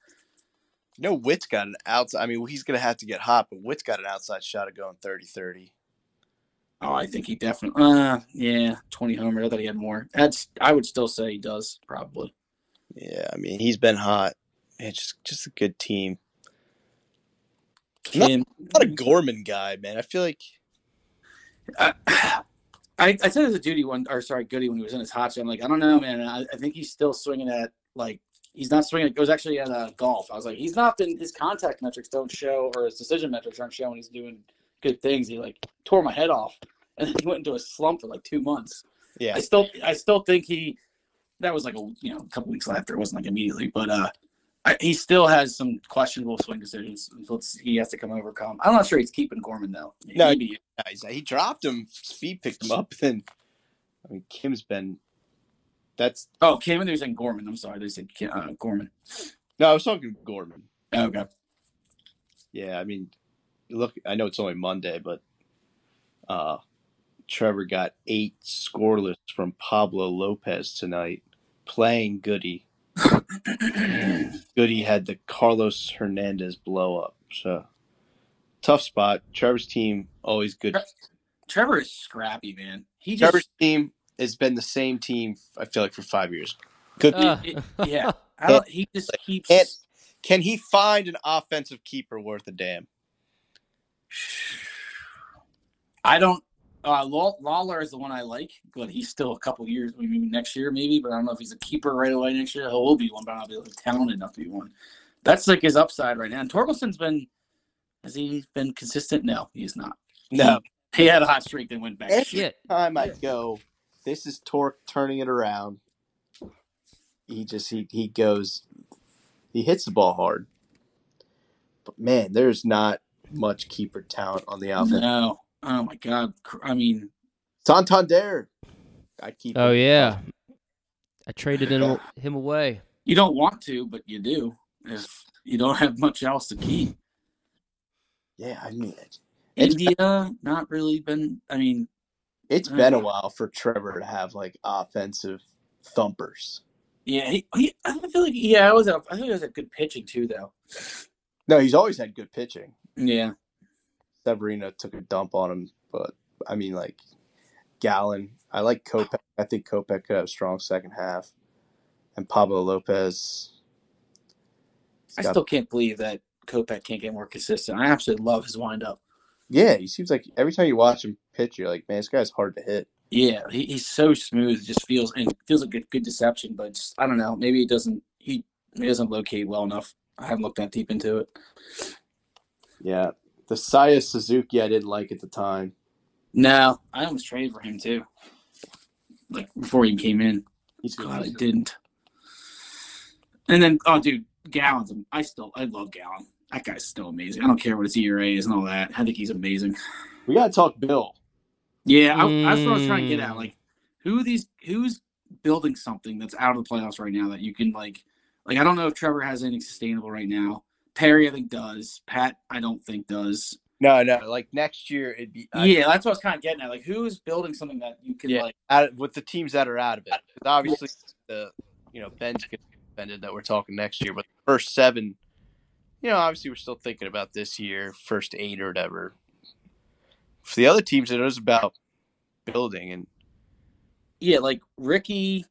C: You know, Witt's got an outside. I mean, he's gonna have to get hot, but Witt's got an outside shot of going 30-30.
D: Oh, I think he definitely. Uh, yeah, twenty homers. I thought he had more. That's I would still say he does probably.
C: Yeah, I mean, he's been hot. It's just just a good team. No.
D: Kim,
C: not a Gorman guy, man. I feel like
D: Uh, I, I, I said it was a duty one, or sorry, Goody when he was in his hot seat. I'm like, I don't know, man. I, I think he's still swinging at like he's not swinging. It was actually at uh, golf. I was like, he's not been his contact metrics don't show, or his decision metrics aren't showing. He's doing good things. He like tore my head off, and then he went into a slump for like two months.
C: yeah,
D: I still I still think he that was like a you know a couple weeks after. It wasn't like immediately, but uh, I, he still has some questionable swing decisions. Let's, he has to come overcome. I'm not sure he's keeping Gorman though.
C: No.
D: Maybe.
C: guys, he dropped him. Speed picked him up. Then I mean, Kim's been. That's
D: Oh, Kim and they're saying Gorman. I'm sorry, they said Ki- uh, Gorman.
C: no, I was talking Gorman.
D: Okay.
C: Yeah, I mean, look, I know it's only Monday, but uh, Trevor got eight scoreless from Pablo Lopez tonight, playing Goody. Goody had the Carlos Hernandez blow up, so tough spot. Trevor's team always good.
D: Trevor is scrappy, man. He just
C: Trevor's team has been the same team. I feel like for five years. Could
B: Ah.
D: it- yeah. I don't, he just keeps.
C: Can't- can he find an offensive keeper worth a damn?
D: I don't. Uh, Law- Lawler is the one I like, but he's still a couple years, maybe next year, maybe. But I don't know if he's a keeper right away next year. He'll be one, but I'll be like, talented enough to be one. That's like his upside right now. And Torkelson's been, has he been consistent? No, he's not.
C: No.
D: He had a hot streak, then went back.
C: Eh?
B: Shit.
C: Time I go, this is Torque turning it around. He just he he goes, he hits the ball hard. But man, there's not much keeper talent on the offense.
D: No. Oh my God. Cr- I mean,
C: Santander, I keep.
B: Oh
C: him.
B: yeah. I traded him, him away.
D: You don't want to, but you do if you don't have much else to keep.
C: yeah. I mean, it's, It's-
D: India, not really been. I mean,
C: it's been a while for Trevor to have like offensive thumpers.
D: yeah, he, he, I feel like yeah, I was. A, I think it was a good pitching too, though.
C: No, he's always had good pitching.
D: Yeah,
C: Severino took a dump on him, but I mean, like Gallon. I like Kopech. I think Kopech could have a strong second half, and Pablo Lopez.
D: I
C: got-
D: still can't believe that Kopech can't get more consistent. I absolutely love his windup.
C: yeah, he seems like every time you watch him pitch, you're like, man, this guy's hard to hit.
D: Yeah, he, he's so smooth. It just feels and it feels like a good deception, but just, I don't know. Maybe it doesn't. He, he doesn't locate well enough. I haven't looked that deep into it.
C: Yeah, the Saya Suzuki I didn't like at the time.
D: No, I almost traded for him too. Like before he came in.
C: He's
D: God, I didn't. And then, oh, dude, Gallon's. I still, I love Gallon. That guy's still amazing. I don't care what his ERA is and all that. I think he's amazing.
C: We gotta talk Bill.
D: Yeah, I, that's what I was trying to get at.
B: Mm.
D: Like, who these, who's building something that's out of the playoffs right now that you can like, like I don't know if Trevor has anything sustainable right now. Perry, I think does. Pat, I don't think does.
C: No, no. Like next year, it'd be I-
D: yeah, that's what I was kind of getting at. Like, who's building something that you can
C: Yeah.
D: like?
C: out, with the teams that are out of it. 'Cause obviously, the you know Ben's gonna get offended that we're talking next year, but the first seven, you know, obviously we're still thinking about this year, first eight or whatever. For the other teams, it was about building, and
D: Yeah, like Ricky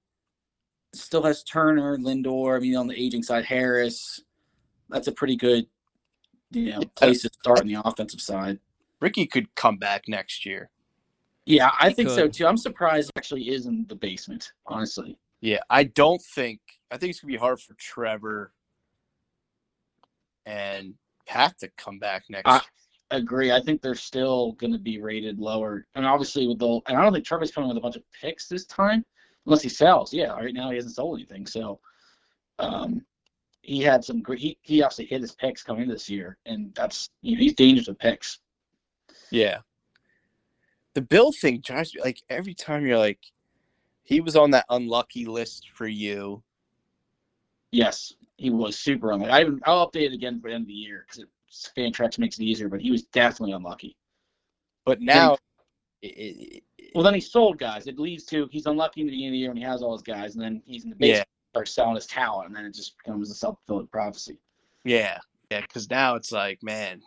D: still has Turner, Lindor. I mean, on the aging side, Harris. That's a pretty good, you know, place to start on the offensive side.
C: Ricky could come back next year.
D: Yeah, I
B: He
D: think
B: could.
D: so too. I'm surprised.
E: He actually is in the basement, honestly.
C: Yeah, I don't think. I think it's gonna be hard for Trevor and Pat to come back next.
E: I-
C: year.
E: Agree. I think they're still going to be rated lower, and obviously with the and I don't think Trevor's coming with a bunch of picks this time, unless he sells. Yeah, right now he hasn't sold anything, so um, he had some great. He, he obviously hit his picks coming into this year, and that's you know he's dangerous with picks.
C: Yeah. The Bill thing drives me like every time you're like, he was on that unlucky list for you.
E: Yes, he was super unlucky. I even, I'll update it again for the end of the year because fan tracks makes it easier, but he was definitely unlucky.
C: But now, it, it- it-
E: Well, then he sold guys. It leads to he's unlucky in the beginning of the year when he has all his guys, and then he's in the basement, starts selling his talent, and then it just becomes a self fulfilling prophecy.
C: yeah, yeah, because now it's like, man,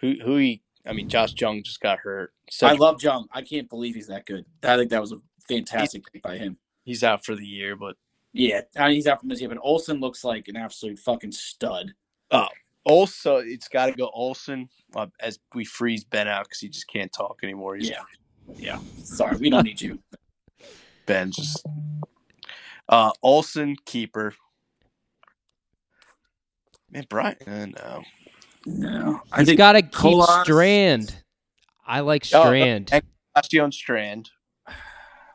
C: who who he? I mean, Josh Jung just got hurt. So
D: I love Jung. I can't believe he's that good. I think that was a fantastic pick by him.
C: he's out for the year, but
D: Yeah, I mean, he's out from this year, but Olson looks like an absolute fucking stud.
C: also it's got to go Olson uh, as we freeze Ben out because he just can't talk anymore. He's
D: Yeah. Yeah. Sorry, we don't need you.
C: Ben just uh Olson keeper. Man, Brian, uh, no.
D: No. I
B: He's
D: think
B: got to keep
D: Kolas-
B: Strand. I like
C: Oh,
B: Strand.
C: okay. Sebastian Strand.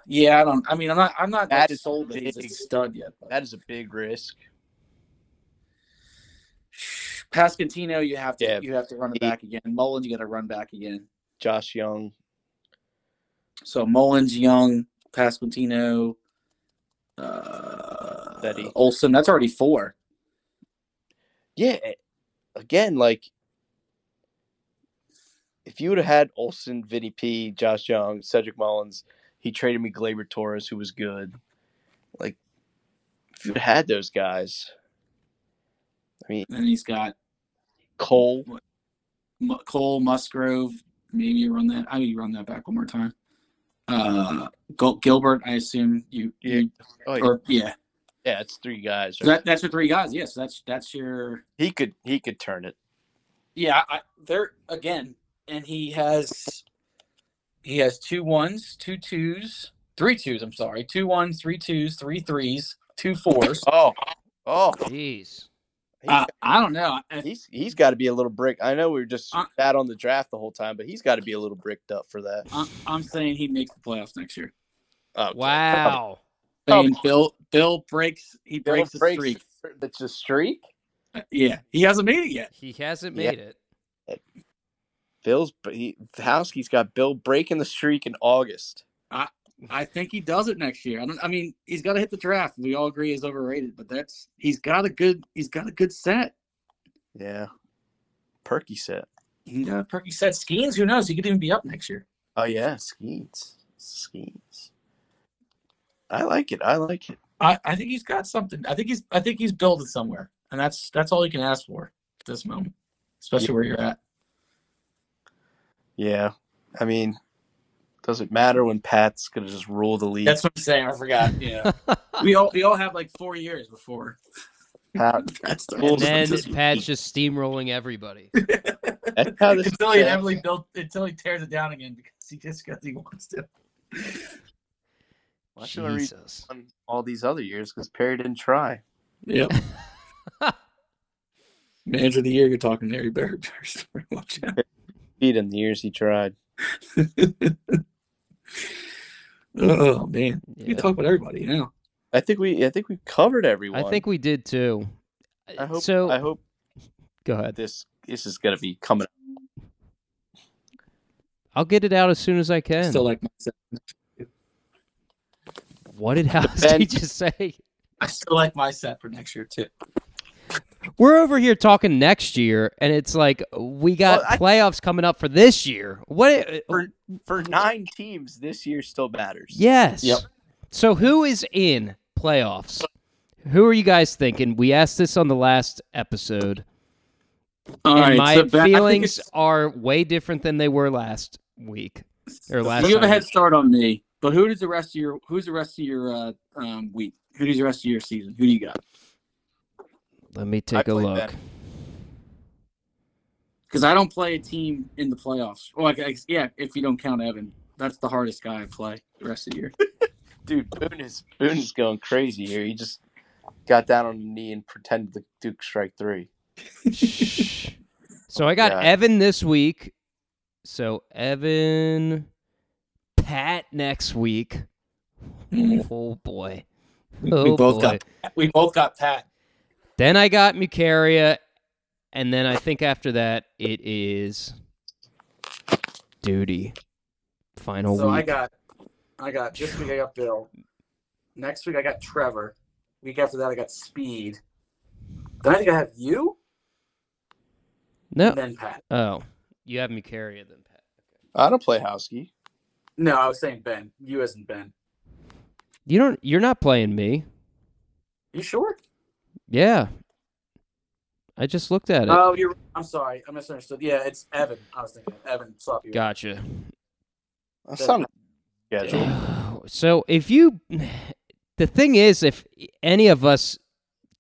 D: yeah, I don't I mean I'm not I'm not
C: That
D: that,
C: is
D: sold that he's a
C: big.
D: stud yet. But.
C: That is a big risk.
D: Pascantino, you have to
C: Yeah.
D: you have to run it
C: He-
D: back again. Mullins, you gotta run back again.
C: Josh Young.
D: So Mullins, Young, Pasquantino, uh
C: Betty.
D: Olson, that's already four.
C: Yeah. Again, like if you would have had Olson, Vinny P, Josh Young, Cedric Mullins, he traded me Glaber Torres, who was good. Like if you'd had those guys,
D: And then he's got
C: Cole,
D: M- Cole Musgrove. Maybe you run that. I mean, you run that back one more time. Uh, Gil- Gilbert, I assume you.
C: Yeah.
D: you-
C: oh yeah,
D: or yeah,
C: yeah, it's three guys.
D: So that, that's your three guys. Yes, that's that's your.
C: He could he could turn it.
D: Yeah, I, they're again, and he has, he has two ones, two twos, three twos. I'm sorry, two ones, three twos, three threes, two fours.
C: Oh, oh,
B: Jeez.
D: Uh, I don't know. I-
C: he's he's got to be a little brick. I know we were just
D: Uh,
C: bad on the draft the whole time, but he's got to be a little bricked up for that. Oh,
D: I, I'm saying he makes the playoffs next year.
C: Okay.
B: Wow.
D: Saying Bill Oh. Bill breaks he
C: Bill
D: breaks the
C: breaks
D: streak.
C: It's a streak.
D: Uh, Yeah, he hasn't made it yet.
B: He hasn't
C: Yeah.
B: made it.
C: Bill's he, Houseke's got Bill breaking the streak in August.
D: I think he does it next year. I don't. I mean, he's got to hit the draft. We all agree he's overrated, but that's he's got a good he's got a good set.
C: Yeah, Perky set.
D: He uh, got a perky set. Skeens, who knows? He could even be up next year.
C: Oh yeah, Skeets. Skeets. I like it. I like it.
D: I, I think he's got something. I think he's I think he's building somewhere, and that's that's all you can ask for at this moment, especially where you're at.
C: Yeah, I mean, does it matter when Pat's gonna just rule the league?
D: That's what I'm saying. I forgot. Yeah, we all we all have like four years before.
C: Pat-
D: That's the
B: And
C: Bulls
D: rules.
B: then
C: versus
B: Pat's just steamrolling everybody.
C: that's how this.
D: until he inevitably built until he tears it down again because he just because he wants to.
C: Why should I read
B: Jesus.
C: on all these other years because Perry didn't try.
D: Yep. Manager of the year, you're talking there. You better, better watch out.
C: Beat him the years he tried.
D: Oh man,
B: Yeah.
D: you talk about everybody now.
C: I think we I think we covered everyone.
B: I think we did too.
C: I hope
B: so
C: I hope
B: go ahead.
C: this this is gonna be coming.
B: I'll get it out as soon as I can.
D: Still like myself.
B: what did House
C: Ben-
B: just say?
D: I still like my set for next year too.
B: We're over here talking next year, and it's like we got
C: Well, I-
B: playoffs coming up for this year. What?
C: For- For nine teams, this year still matters.
B: Yes.
E: Yep.
B: So who is in playoffs? Who are you guys thinking? We asked this on the last episode,
D: All
B: and
D: right,
B: my
D: so back- I think
B: feelings
D: it's-
B: are way different than they were last week or last.
D: you have a
B: time.
D: head start on me, but who does the rest of your who's the rest of your uh, um, week? Who does the rest of your season? Who do you got?
B: Let me take a
C: played
B: look.
C: that.
D: Because I don't play a team in the playoffs. Well, I guess, yeah, if you don't count Evan, that's the hardest guy I play the rest of the year.
C: Dude, Boone is Boone is going crazy here. He just got down on a knee and pretended the Duke strike three.
B: so I got
C: Yeah.
B: Evan this week. So Evan, Pat next week. Oh boy. Oh
E: both
B: boy.
E: got- We both got Pat.
B: Then I got Mucaria, and then I think after that it is duty. Final
E: so
B: week.
E: I got, I got this week I got Bill. Next week I got Trevor. Week after that I got Speed. Then I think I have you
B: no.
E: and then Pat.
B: Oh, you have Mucaria then Pat.
C: I don't play Howski.
E: No, I was saying Ben. You as in Ben.
B: You don't. You're not playing me.
E: You sure?
B: Yeah. I just looked at it.
E: Oh, you're. I'm sorry. I misunderstood. Yeah, it's Evan. I was thinking of Evan. Sloppy.
B: gotcha.
C: That's not a schedule.
B: so if you, the thing is, if any of us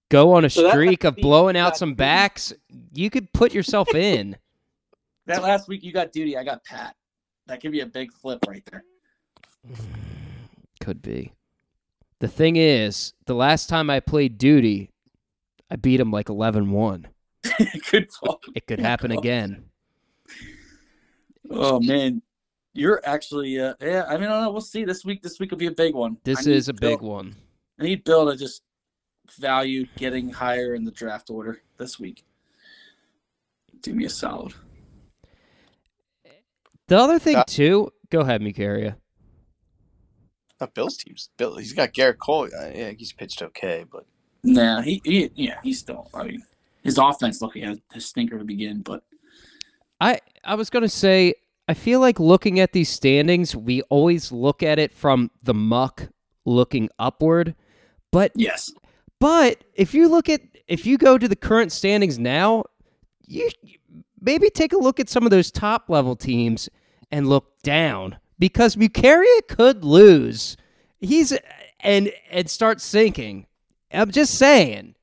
B: go on a
E: So that
B: streak
E: might
B: of
E: be-
B: blowing out
E: that-
B: some backs, you could put yourself in.
D: That last week you got duty, I got Pat. That could be a big flip right there.
B: Could be. The thing is, the last time I played duty, I beat him like 11 1.
D: Good call.
B: It could happen again.
D: Oh man, you're actually uh, yeah. I mean, I don't know. We'll see. This week, this week will be a big one.
B: This
D: I need
B: is a big
D: Bill-
B: one.
D: I need Bill to just value getting higher in the draft order this week. Do me a solid.
B: The other thing,
E: Uh,
C: Yeah.
B: too, go ahead, Mikaria.
C: Not Bill's teams. Bill, he's got Garrett Cole. Uh, Yeah, he's pitched okay, but
D: Nah, he, he yeah, he's still. I mean, his offense look he had a stinker to begin, but
B: I I was gonna say I feel like looking at these standings, we always look at it from the muck looking upward. But
D: yes,
B: but if you look at if you go to the current standings now, you maybe take a look at some of those top level teams and look down because Mucaria could lose. He's and and start sinking. I'm just saying.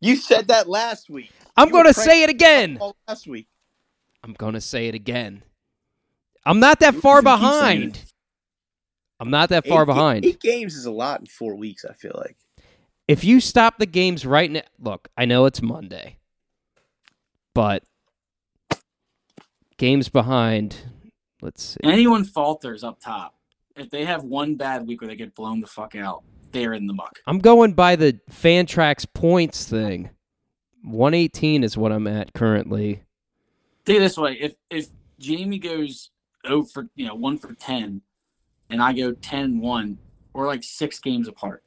C: you said that last week.
B: I'm
C: You were
B: going to
C: crank-
B: say it again.
C: All last week.
B: I'm going to say it again. I'm not that far
D: You can keep saying
B: behind. I'm not that far
C: Eight-
B: behind.
C: Eight games is a lot in four weeks. I feel like.
B: If you stop the games right now, look, I know it's Monday, but games behind. Let's see.
D: anyone falters up top, if they have one bad week where they get blown the fuck out, they're in the muck.
B: I'm going by the Fantrax points thing. 118 is what I'm at currently.
D: Think of it this way: if if Jamie goes oh for you know one for ten, and I go 10-1, we're like six games apart,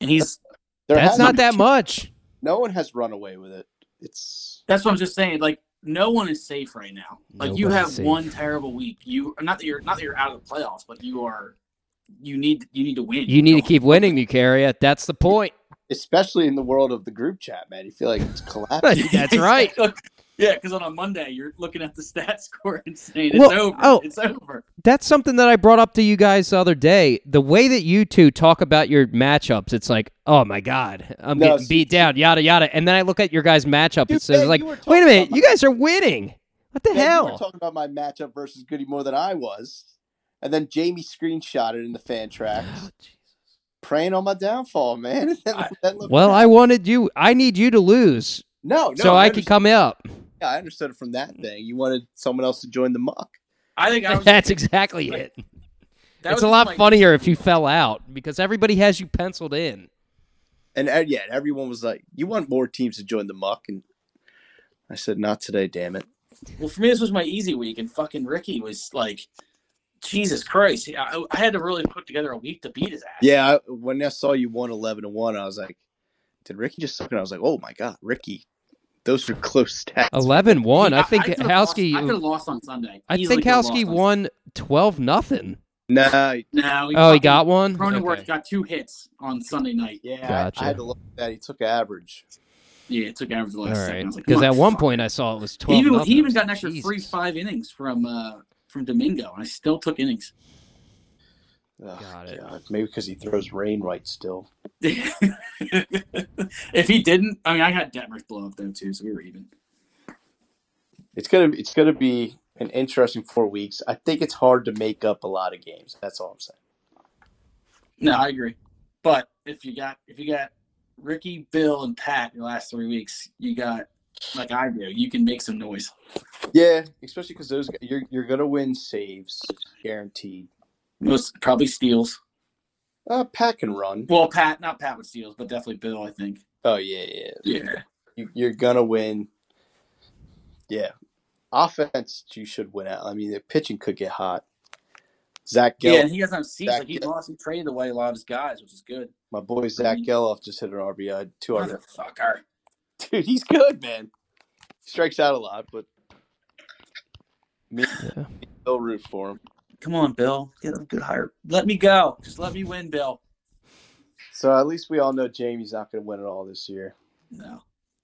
D: and he's
C: There
B: That's
C: has-
B: not that much.
C: No one has run away with it. It's
D: that's what I'm just saying. Like no one is safe right now. Like you
B: Nobody's
D: have
B: safe.
D: one terrible week. You not that you're not that you're out of the playoffs, but you are. You need you need to win.
B: You need to keep winning, Eucaria. That's the point.
C: especially in the world of the group chat, man. You feel like it's collapsing.
B: That's right.
D: Yeah, because on a Monday you're looking at the stat score and saying it's
B: Well,
D: over.
B: oh.
D: It's over.
B: that's something that I brought up to you guys the other day. The way that you two talk about your matchups, it's like, oh my god, I'm
C: No,
B: getting
C: see-
B: beat down, yada yada. And then I look at your guys' matchup,
C: Dude,
B: it says
C: Ben,
B: like,
C: you were
B: wait a
C: talking
B: minute,
C: about
B: you guys are winning. What the
C: Yeah, You were
B: hell?
C: talking about my matchup versus Goody more than I was, and then Jamie screenshotted in the fan track, praying on my downfall, man. That looked
B: well,
C: bad.
B: I wanted you. I need you to lose
C: no, no,
B: so I
C: could
B: can Mm. come up.
C: I understood it from that thing. You wanted someone else to join the muck.
D: I think I was.
B: That's exactly it.
D: that
B: it's
D: was
B: a
D: just
B: lot
D: like-
B: funnier if you fell out because everybody has you penciled in.
C: And uh, yet everyone was like, "You want more teams to join the muck?" And I said, "Not today, damn it."
D: Well, for me, this was my easy week, and fucking Ricky was like, Jesus Christ. I, I had to really put together a week to beat his ass.
C: Yeah, I, when I saw you won eleven to one, I was like, did Ricky just suck? And I was like, oh my god, Ricky, those are close stats.
B: 11 1. I think
D: could've lost- I could
B: Howski.
D: have lost on Sunday.
B: I
D: Easily
B: think
D: could've lost
B: Howski
D: on
B: won 12 nothing.
C: Nah,
D: Sunday. No,
B: Oh, he
D: fucking-
B: got one?
D: Cronenworth
B: Okay.
D: got two hits on Sunday night.
C: yeah,
B: Gotcha.
C: I, I had to look at that. He took average.
D: Yeah, it took average the
B: All
D: last second. I
B: right.
D: was like,
B: Because
D: "Come
B: at
D: on,
B: one
D: fuck."
B: point I saw it was
D: he
B: 12
D: even,
B: nothing.
D: he even got an extra three
B: Jesus.
D: five innings from uh from Domingo, and I still took innings.
C: Ugh,
B: Got it.
C: God, Maybe because he throws Rainwright still.
D: if he didn't, I mean, I had Detmers blow up though too, so we were even.
C: It's gonna it's gonna be an interesting four weeks. I think it's hard to make up a lot of games. That's all I'm saying.
D: No, I agree. But if you got if you got Ricky, Bill, and Pat in the last three weeks, you got like I do, you can make some noise.
C: Yeah, especially because those you're you're gonna win saves guaranteed.
D: Most probably steals.
C: Uh, Pat can run.
D: Well, Pat, not Pat with steals, but definitely Bill. I think.
C: Oh yeah, yeah.
D: Yeah.
C: You, you're gonna win. Yeah, offense you should win out. I mean, the pitching could get hot. Zach Gell,
D: Yeah, and he doesn't have seats.
C: Back-
D: Like he lost, he traded away a lot of his guys, which is good.
C: my boy Zach Geloff just hit an RBI, two RBI.
D: Motherfucker.
C: Dude, he's good, man. Strikes out a lot, but me,
B: Yeah.
C: they'll root for him.
D: Come on, Bill. Get a good hire. Let me go. Just let me win, Bill.
C: So at least we all know Jamie's not going to win it all this year.
D: No.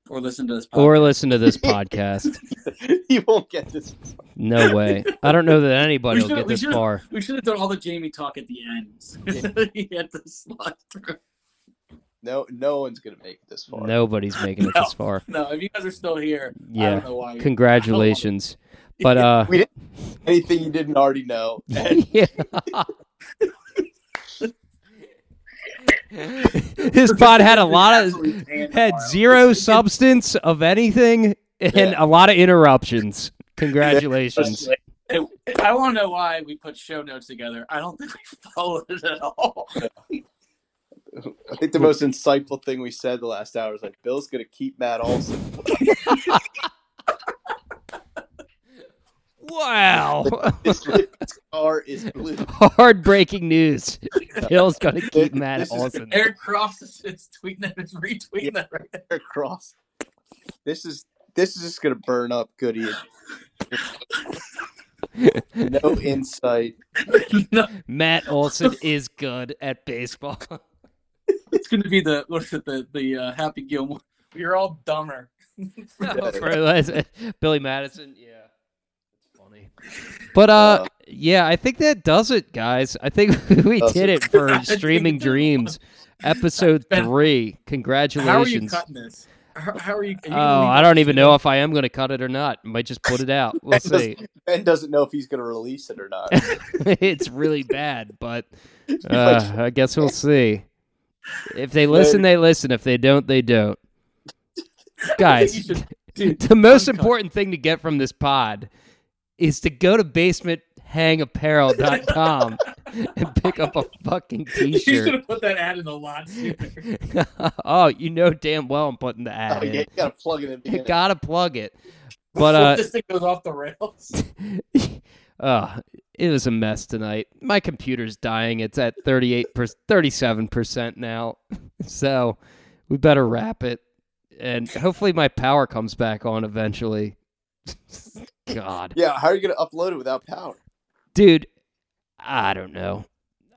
D: Or listen to this. Podcast.
B: Or listen to this podcast.
C: he won't get this.
B: No way. I don't know that anybody
D: We
B: will
D: should've-
B: get
D: we
B: this
D: should've-
B: far.
D: we should have done all the Jamie talk at the end. he had to slide through.
C: No, no one's going to make it this far.
B: Nobody's making it
D: No.
B: this far.
D: No, if you guys are still here, I
B: Yeah.
D: don't know why. you
B: Congratulations. But uh
C: We- Anything you didn't already know. And
B: yeah. His pod had a lot of had zero substance of anything and
C: Yeah.
B: a lot of interruptions. Congratulations.
D: I want to know why we put show notes together. I don't think we followed it at all.
C: I think the most insightful thing we said the last hour is like, Bill's going to keep Matt Olson.
B: Wow.
C: This car is blue.
B: Hard breaking news. Bill's gonna keep Matt
C: This is-
B: Olsen.
D: Eric Cross is, is tweeting that, is retweeting that right now.
C: across. This is this is just gonna burn up Goody. no insight.
B: Matt Olson is good at baseball.
D: It's going to be the what is it, the the uh, Happy Gilmore. We're all dumber.
B: For Les- Billy Madison, yeah. It's funny. But uh,
C: Uh,
B: yeah, I think that does it, guys. I think we
C: Does
B: did it for
D: I think
B: Streaming
D: it does.
B: Dreams episode
D: Ben,
B: three.
D: How are you
B: Congratulations.
D: cutting this? How, how are you? are
B: Oh,
D: you gonna leave
B: I don't
D: this
B: even
D: in?
B: know if I am going to cut it or not. Might just put it out. We'll see.
C: Ben doesn't know if he's gonna release it or not.
B: it's really bad, but uh, I guess we'll see. If they listen, they listen. If they don't, they don't.
D: You
B: Guys,
D: should- dude,
B: the most
D: uncut.
B: important thing to get from this pod is to go to basementhangapparel.com and pick up a fucking
D: You should
B: t-shirt.
D: have put that ad in a lot sooner.
B: oh, you know damn well I'm putting the
C: Oh,
B: ad
C: yeah, you
B: in.
C: gotta plug it in.
B: You
C: Beginning.
B: gotta plug it. But uh
D: this thing goes off the rails.
B: Oh, it was a mess tonight. My computer's dying. It's at 38 per- 37% now. So, we better wrap it and hopefully my power comes back on eventually. God.
C: Yeah, how are you gonna upload it without power?
B: Dude, I don't know.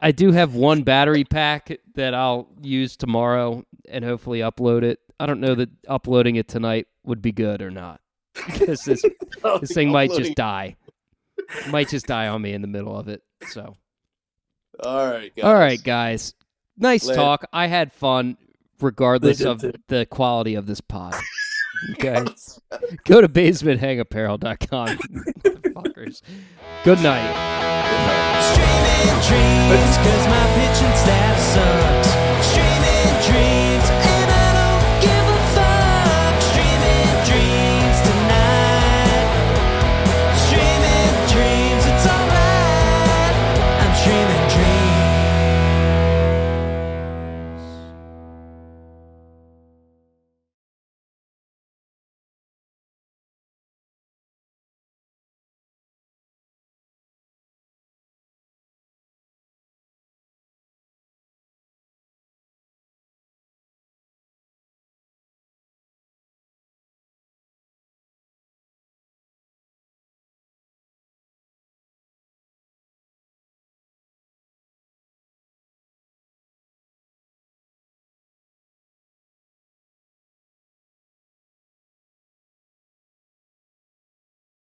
B: I do have one battery pack that I'll use tomorrow and hopefully upload it. I don't know that uploading it tonight would be good or not. Because this this thing might just die. might just die on me in the middle of it. So,
C: All right, guys.
B: all right, guys. Nice
C: Later.
B: talk. I had fun, regardless
E: They did
B: of
E: too.
B: the quality of this pod. Okay. Go to basementhangapparel.com. Motherfuckers. Good night.
A: Streaming dreams, cause my pitching staff sucks. Streaming dreams, and